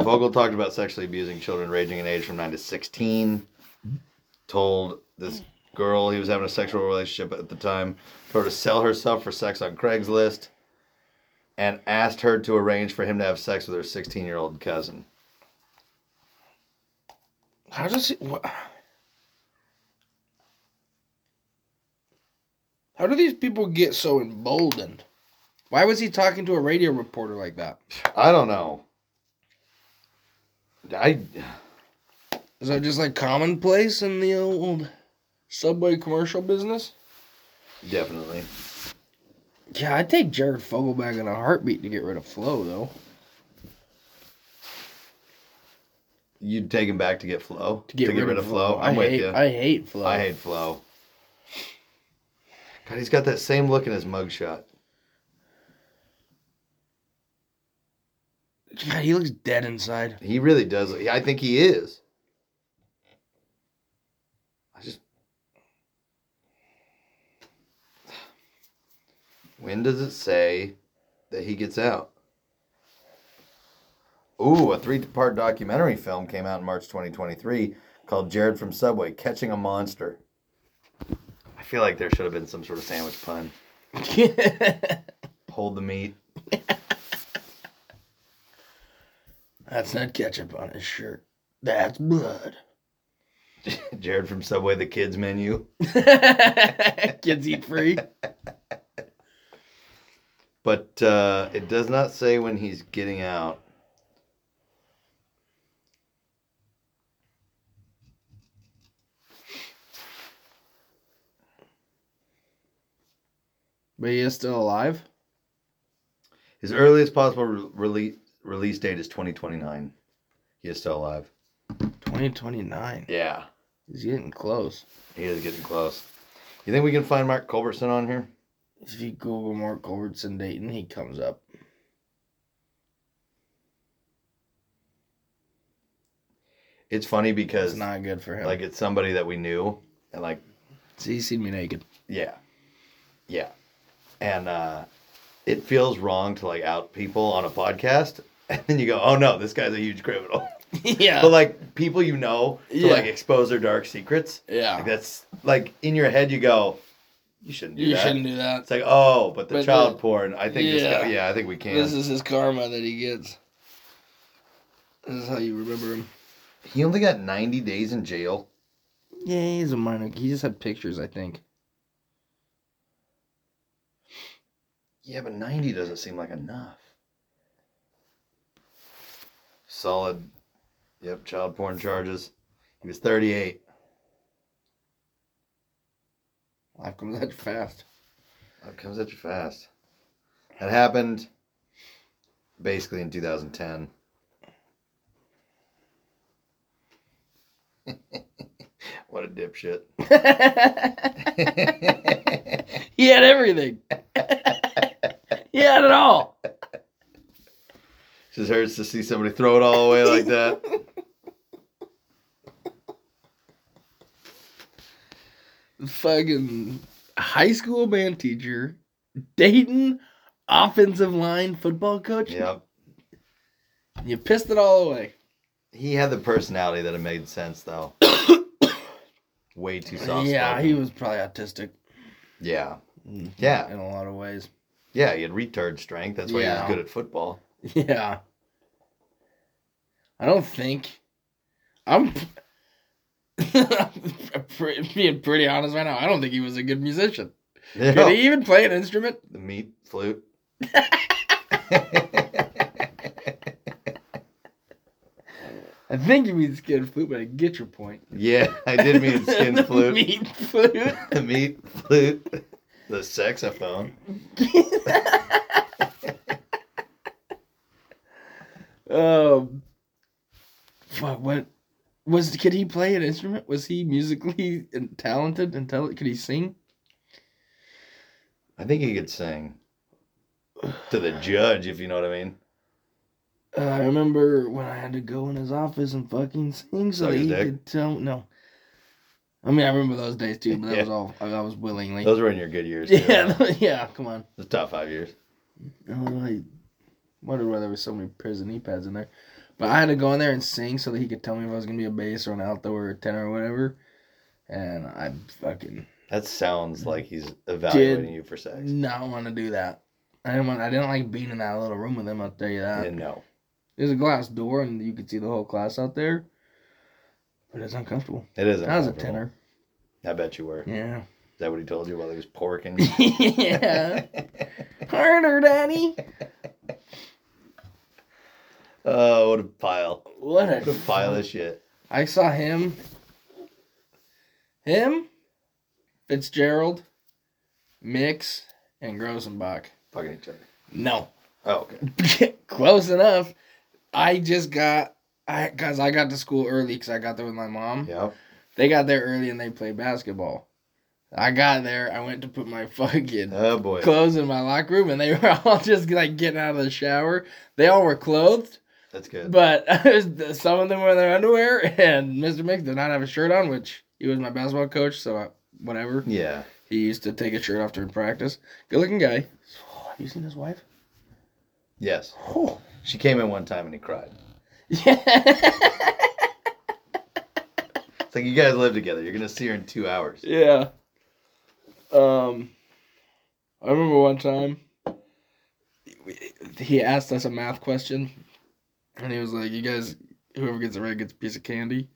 Speaker 2: Vogel talked about sexually abusing children ranging in age from 9 to 16. Told this girl he was having a sexual relationship at the time, told her to sell herself for sex on Craigslist. and asked her to arrange for him to have sex with her 16 year old cousin.
Speaker 3: How does he? What? How do these people get so emboldened? Why was he talking to a radio reporter like that?
Speaker 2: I don't know. I
Speaker 3: Is that just like commonplace in the old subway commercial business?
Speaker 2: definitely.
Speaker 3: Yeah, I'd take Jared Fogelbag in a heartbeat to get rid of Flo, though.
Speaker 2: You'd take him back to get Flo?
Speaker 3: To get, rid, of Flo.
Speaker 2: I'm
Speaker 3: I
Speaker 2: with
Speaker 3: hate,
Speaker 2: you.
Speaker 3: I hate Flo.
Speaker 2: I hate Flo. God, he's got that same look in his mugshot.
Speaker 3: God, he looks dead [laughs] inside.
Speaker 2: He really does. look- I think he is. I just. When does it say that he gets out? Ooh, a three-part documentary film came out in March 2023 called Jared from Subway: Catching a Monster. I feel like there should have been some sort of sandwich pun. Hold the meat. [laughs]
Speaker 3: That's not ketchup on his shirt. That's blood.
Speaker 2: Jared from Subway: The Kids Menu.
Speaker 3: Kids eat free.
Speaker 2: But uh, it does not say when he's getting out.
Speaker 3: But he is still alive?
Speaker 2: His earliest possible re- release release date is 2029. He is still alive.
Speaker 3: 2029.
Speaker 2: Yeah,
Speaker 3: He's getting close.
Speaker 2: he is getting close. You think we can find Mark Culbertson on here?
Speaker 3: If you Google Mark Culbertson Dayton, he comes up.
Speaker 2: It's funny
Speaker 3: It's
Speaker 2: because
Speaker 3: not good for him.
Speaker 2: like it's somebody that we knew and like
Speaker 3: See, he's seen me naked.
Speaker 2: yeah, yeah, and uh, it feels wrong to like out people on a podcast. [laughs] And then you go, oh no, this guy's a huge criminal.
Speaker 3: [laughs] yeah.
Speaker 2: But like people you know to
Speaker 3: Yeah.
Speaker 2: like expose their dark secrets. Like,
Speaker 3: yeah.
Speaker 2: that's like in your head you go, you shouldn't do
Speaker 3: You
Speaker 2: that.
Speaker 3: shouldn't do that.
Speaker 2: It's like, oh, but the
Speaker 3: But
Speaker 2: child
Speaker 3: the-
Speaker 2: porn. I think this guy,
Speaker 3: Yeah.
Speaker 2: yeah, I think we can.
Speaker 3: This is his karma that he gets. This is how you remember him.
Speaker 2: he only got 90 days in jail.
Speaker 3: Yeah, he's a minor. He just had pictures, I think.
Speaker 2: Yeah, but 90 doesn't seem like enough. Solid. Yep, child porn charges. He was 38.
Speaker 3: Life comes that fast.
Speaker 2: That comes at you fast. That happened basically in [laughs] 2010. what a dipshit. [laughs]
Speaker 3: he had everything. [laughs] he had it all.
Speaker 2: Just hurts to see somebody throw it all away like [laughs] that.
Speaker 3: Fucking high school band teacher, Dayton offensive line football coach.
Speaker 2: Yep.
Speaker 3: You pissed it all away.
Speaker 2: He had the personality that it made sense
Speaker 3: [coughs]
Speaker 2: though. Way too soft.
Speaker 3: yeah, he was Mm-hmm. probably autistic.
Speaker 2: Yeah. Yeah.
Speaker 3: In a lot of ways. [laughs]
Speaker 2: Yeah, he had retard strength. That's why he
Speaker 3: Yeah.
Speaker 2: was good at football.
Speaker 3: [laughs] Yeah. I don't think. I'm. [laughs] I'm pre- being pretty honest right now. I don't think he was a good musician.
Speaker 2: Yeah.
Speaker 3: Could he even play an instrument?
Speaker 2: The meat flute. [laughs]
Speaker 3: I think you mean skin flute, but I get your point.
Speaker 2: yeah, I did
Speaker 3: [laughs]
Speaker 2: mean skin flute.
Speaker 3: Meat flute.
Speaker 2: The meat flute. The saxophone.
Speaker 3: um. Fuck. What was? Could he play an instrument? Was he musically talented? And tell could he sing?
Speaker 2: I think he could sing. To the judge, if you know what I mean.
Speaker 3: Uh, I remember when I had to go in his office and fucking sing so
Speaker 2: Suck
Speaker 3: that
Speaker 2: his
Speaker 3: he
Speaker 2: dick?
Speaker 3: could tell. No, I mean I remember those days too, but that
Speaker 2: Yeah.
Speaker 3: was all. I, that was willingly.
Speaker 2: Those were in your good years. Too.
Speaker 3: [laughs] yeah, yeah. Come on.
Speaker 2: The top five years.
Speaker 3: I don't really wonder why there was so many prison knee pads in there. But I had to go in there and sing so that he could tell me if I was gonna be a bass or an alto or a tenor or whatever. And I fucking
Speaker 2: That sounds like he's evaluating you for sex.
Speaker 3: not want to do that. I didn't want. I didn't like being in that little room with him. I'll tell you that.
Speaker 2: Yeah, no.
Speaker 3: There's a glass door, and you could see the whole class out there. But it's uncomfortable.
Speaker 2: It isn't.
Speaker 3: That was a
Speaker 2: comfortable.
Speaker 3: tenner.
Speaker 2: I bet you were. Is
Speaker 3: Yeah.
Speaker 2: that what he told you while he was porking?
Speaker 3: [laughs] yeah. Harder, Daddy.
Speaker 2: [laughs] oh, what a pile.
Speaker 3: What
Speaker 2: What a
Speaker 3: a.
Speaker 2: pile of shit.
Speaker 3: I saw him. Him, Fitzgerald, Mix, and Grosenbach.
Speaker 2: Fucking each other.
Speaker 3: No. [laughs]
Speaker 2: Oh, okay.
Speaker 3: Close enough. I just got. I, cause I got to school early because I got there with my mom.
Speaker 2: Yep.
Speaker 3: They got there early and they played basketball. I got there. I went to put my [laughs] fucking
Speaker 2: Oh, boy.
Speaker 3: clothes in my locker room, and they were [laughs] all just like getting out of the shower. They all were clothed,
Speaker 2: That's good.
Speaker 3: but [laughs] some of them were in their underwear. And Mr. Mix did not have a shirt on, which he was my basketball coach, so I, whatever.
Speaker 2: Yeah.
Speaker 3: He used to take a shirt off during practice. Good looking guy. [sighs] have you seen his wife? [sighs] [laughs]
Speaker 2: Yes.
Speaker 3: Oh.
Speaker 2: She came in one time and he cried.
Speaker 3: Yeah.
Speaker 2: It's like, you guys live together. You're going to see her in two
Speaker 3: [laughs]
Speaker 2: hours.
Speaker 3: Yeah. Um, I remember one time he asked us a math question, and he was like, "You guys, whoever gets it right gets a piece of candy."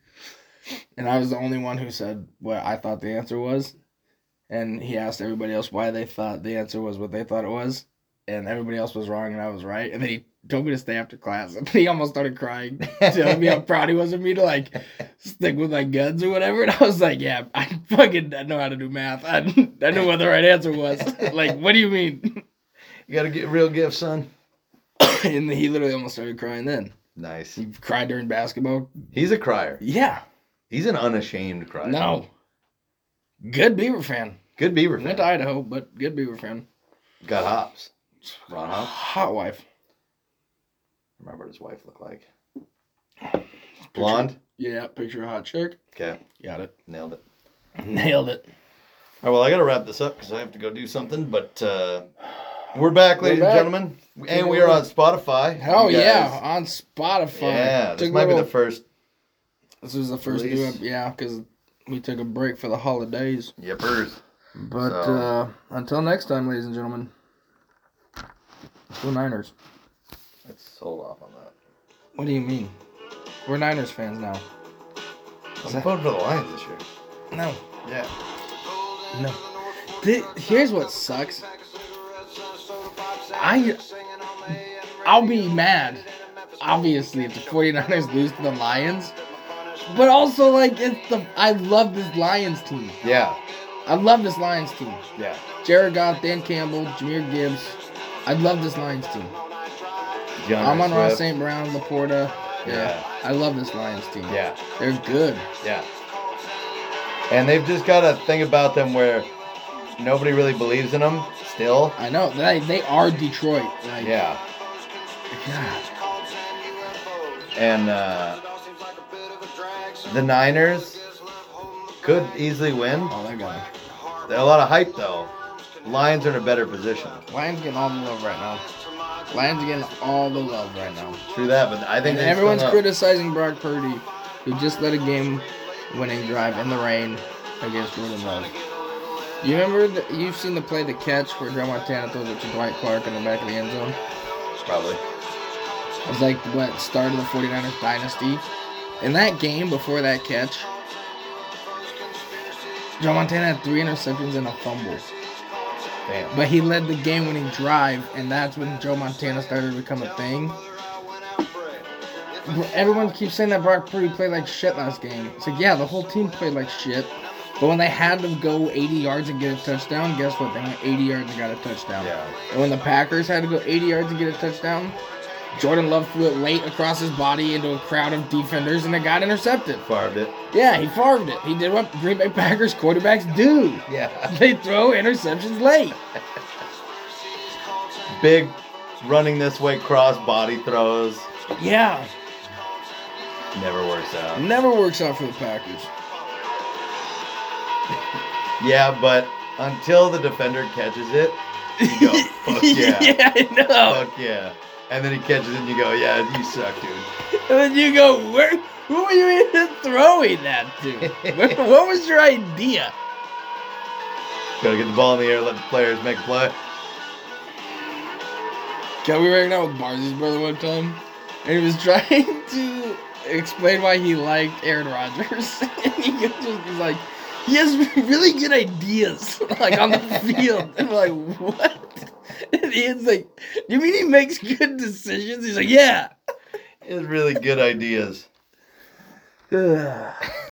Speaker 3: And I was the only one who said what I thought the answer was, and he asked everybody else why they thought the answer was what they thought it was, and everybody else was wrong and I was right, and then he told me to stay after class, [laughs] and he almost started crying [laughs] telling me how proud he was of me to like stick with my guns or whatever. And I was like, yeah, I fucking I know how to do math. I, I knew what the right answer was. like, what do you mean?
Speaker 2: [laughs] [laughs] You got to get real gift, son.
Speaker 3: and he literally almost started crying then.
Speaker 2: Nice.
Speaker 3: He cried during basketball.
Speaker 2: He's a crier.
Speaker 3: Yeah.
Speaker 2: He's an unashamed crier.
Speaker 3: No. Good Beaver fan.
Speaker 2: Good Beaver fan.
Speaker 3: Went to Idaho, but good Beaver fan.
Speaker 2: Got hops. Ron Hop.
Speaker 3: Hot wife.
Speaker 2: Remember what his wife looked like. Blonde.
Speaker 3: Yeah, picture a hot chick.
Speaker 2: Okay.
Speaker 3: Got it.
Speaker 2: Nailed it.
Speaker 3: Nailed it.
Speaker 2: All right, Oh, well, I got to wrap this up because I have to go do something. But uh, we're back,
Speaker 3: We're
Speaker 2: ladies
Speaker 3: back.
Speaker 2: and gentlemen, and we are on Spotify.
Speaker 3: Hell
Speaker 2: You guys-
Speaker 3: yeah, on Spotify.
Speaker 2: yeah! This
Speaker 3: Took a
Speaker 2: might be the
Speaker 3: little-
Speaker 2: first.
Speaker 3: This was the first
Speaker 2: Release.
Speaker 3: new ep- yeah, because we took a break for the holidays.
Speaker 2: Yippers!
Speaker 3: But
Speaker 2: So-
Speaker 3: uh, until next time, ladies and gentlemen, we're Niners.
Speaker 2: Let's hold off on that.
Speaker 3: What do you mean? We're Niners fans now.
Speaker 2: I'm
Speaker 3: that-
Speaker 2: voting for the Lions this year.
Speaker 3: No.
Speaker 2: Yeah.
Speaker 3: No. Thi- here's what sucks. I- I'll be mad, obviously, if the 49ers lose to the Lions. But also, like, it's the I love this Lions team.
Speaker 2: Yeah.
Speaker 3: I love this Lions team.
Speaker 2: Yeah.
Speaker 3: Jared Goff, Dan Campbell, Jameer Gibbs. I love this Lions team.
Speaker 2: John
Speaker 3: I'm on Ross
Speaker 2: Swift.
Speaker 3: St. Brown, Laporta. Yeah.
Speaker 2: Yeah.
Speaker 3: I love this Lions team.
Speaker 2: Yeah.
Speaker 3: They're good.
Speaker 2: Yeah. And they've just got a thing about them where nobody really believes in them still.
Speaker 3: I know. They, they are Detroit. Like,
Speaker 2: Yeah.
Speaker 3: God.
Speaker 2: And uh, the Niners could easily win.
Speaker 3: Oh, they're gone.
Speaker 2: They're a lot of hype though. Lions are in a better position.
Speaker 3: Lions getting all the love right now. Lions getting all the love right now.
Speaker 2: True that, but I think
Speaker 3: And
Speaker 2: they
Speaker 3: everyone's
Speaker 2: still know.
Speaker 3: criticizing Brock Purdy, who just led a game winning drive in the rain against Jordan Love. You remember, the, you've seen the play The Catch where Joe Montana throws it to Dwight Clark in the back of the end zone?
Speaker 2: probably.
Speaker 3: It was like what started the 49ers dynasty. In that game before that catch, Joe Montana had three interceptions and a fumble.
Speaker 2: Damn.
Speaker 3: But he led the game winning drive, and that's when Joe Montana started to become a thing. Everyone keeps saying that Brock Purdy played like shit last game. It's like, yeah, the whole team played like shit. But when they had to go 80 yards and get a touchdown, guess what? They went 80 yards and got a touchdown.
Speaker 2: Yeah.
Speaker 3: And when the Packers had to go 80 yards and get a touchdown, Jordan Love threw it late across his body into a crowd of defenders and it got intercepted.
Speaker 2: Farmed it.
Speaker 3: Yeah, he farmed it. He did what Green Bay Packers quarterbacks do. [laughs]
Speaker 2: Yeah.
Speaker 3: They throw interceptions late.
Speaker 2: Big running this way cross body throws.
Speaker 3: Yeah.
Speaker 2: Never works out.
Speaker 3: Never works out for the Packers.
Speaker 2: Yeah, but until the defender catches it, you go,
Speaker 3: [laughs]
Speaker 2: fuck yeah.
Speaker 3: yeah, I know.
Speaker 2: Fuck yeah. And then he catches it and you go, yeah, you suck, dude.
Speaker 3: And then you go, where? Who were you [laughs] even throwing that
Speaker 2: [laughs]
Speaker 3: to? Where- what was your idea?
Speaker 2: Gotta get the ball in the air, let the players make a play.
Speaker 3: Can we right now with Barzi's brother one time? And he was [laughs] trying to explain why he liked Aaron Rodgers. [laughs] and he goes, he's like, he has really good ideas, [laughs] like on the field. And we're like, what? And Ian's like, you mean he makes good decisions? He's like, yeah.
Speaker 2: He has really good ideas.
Speaker 3: Ugh.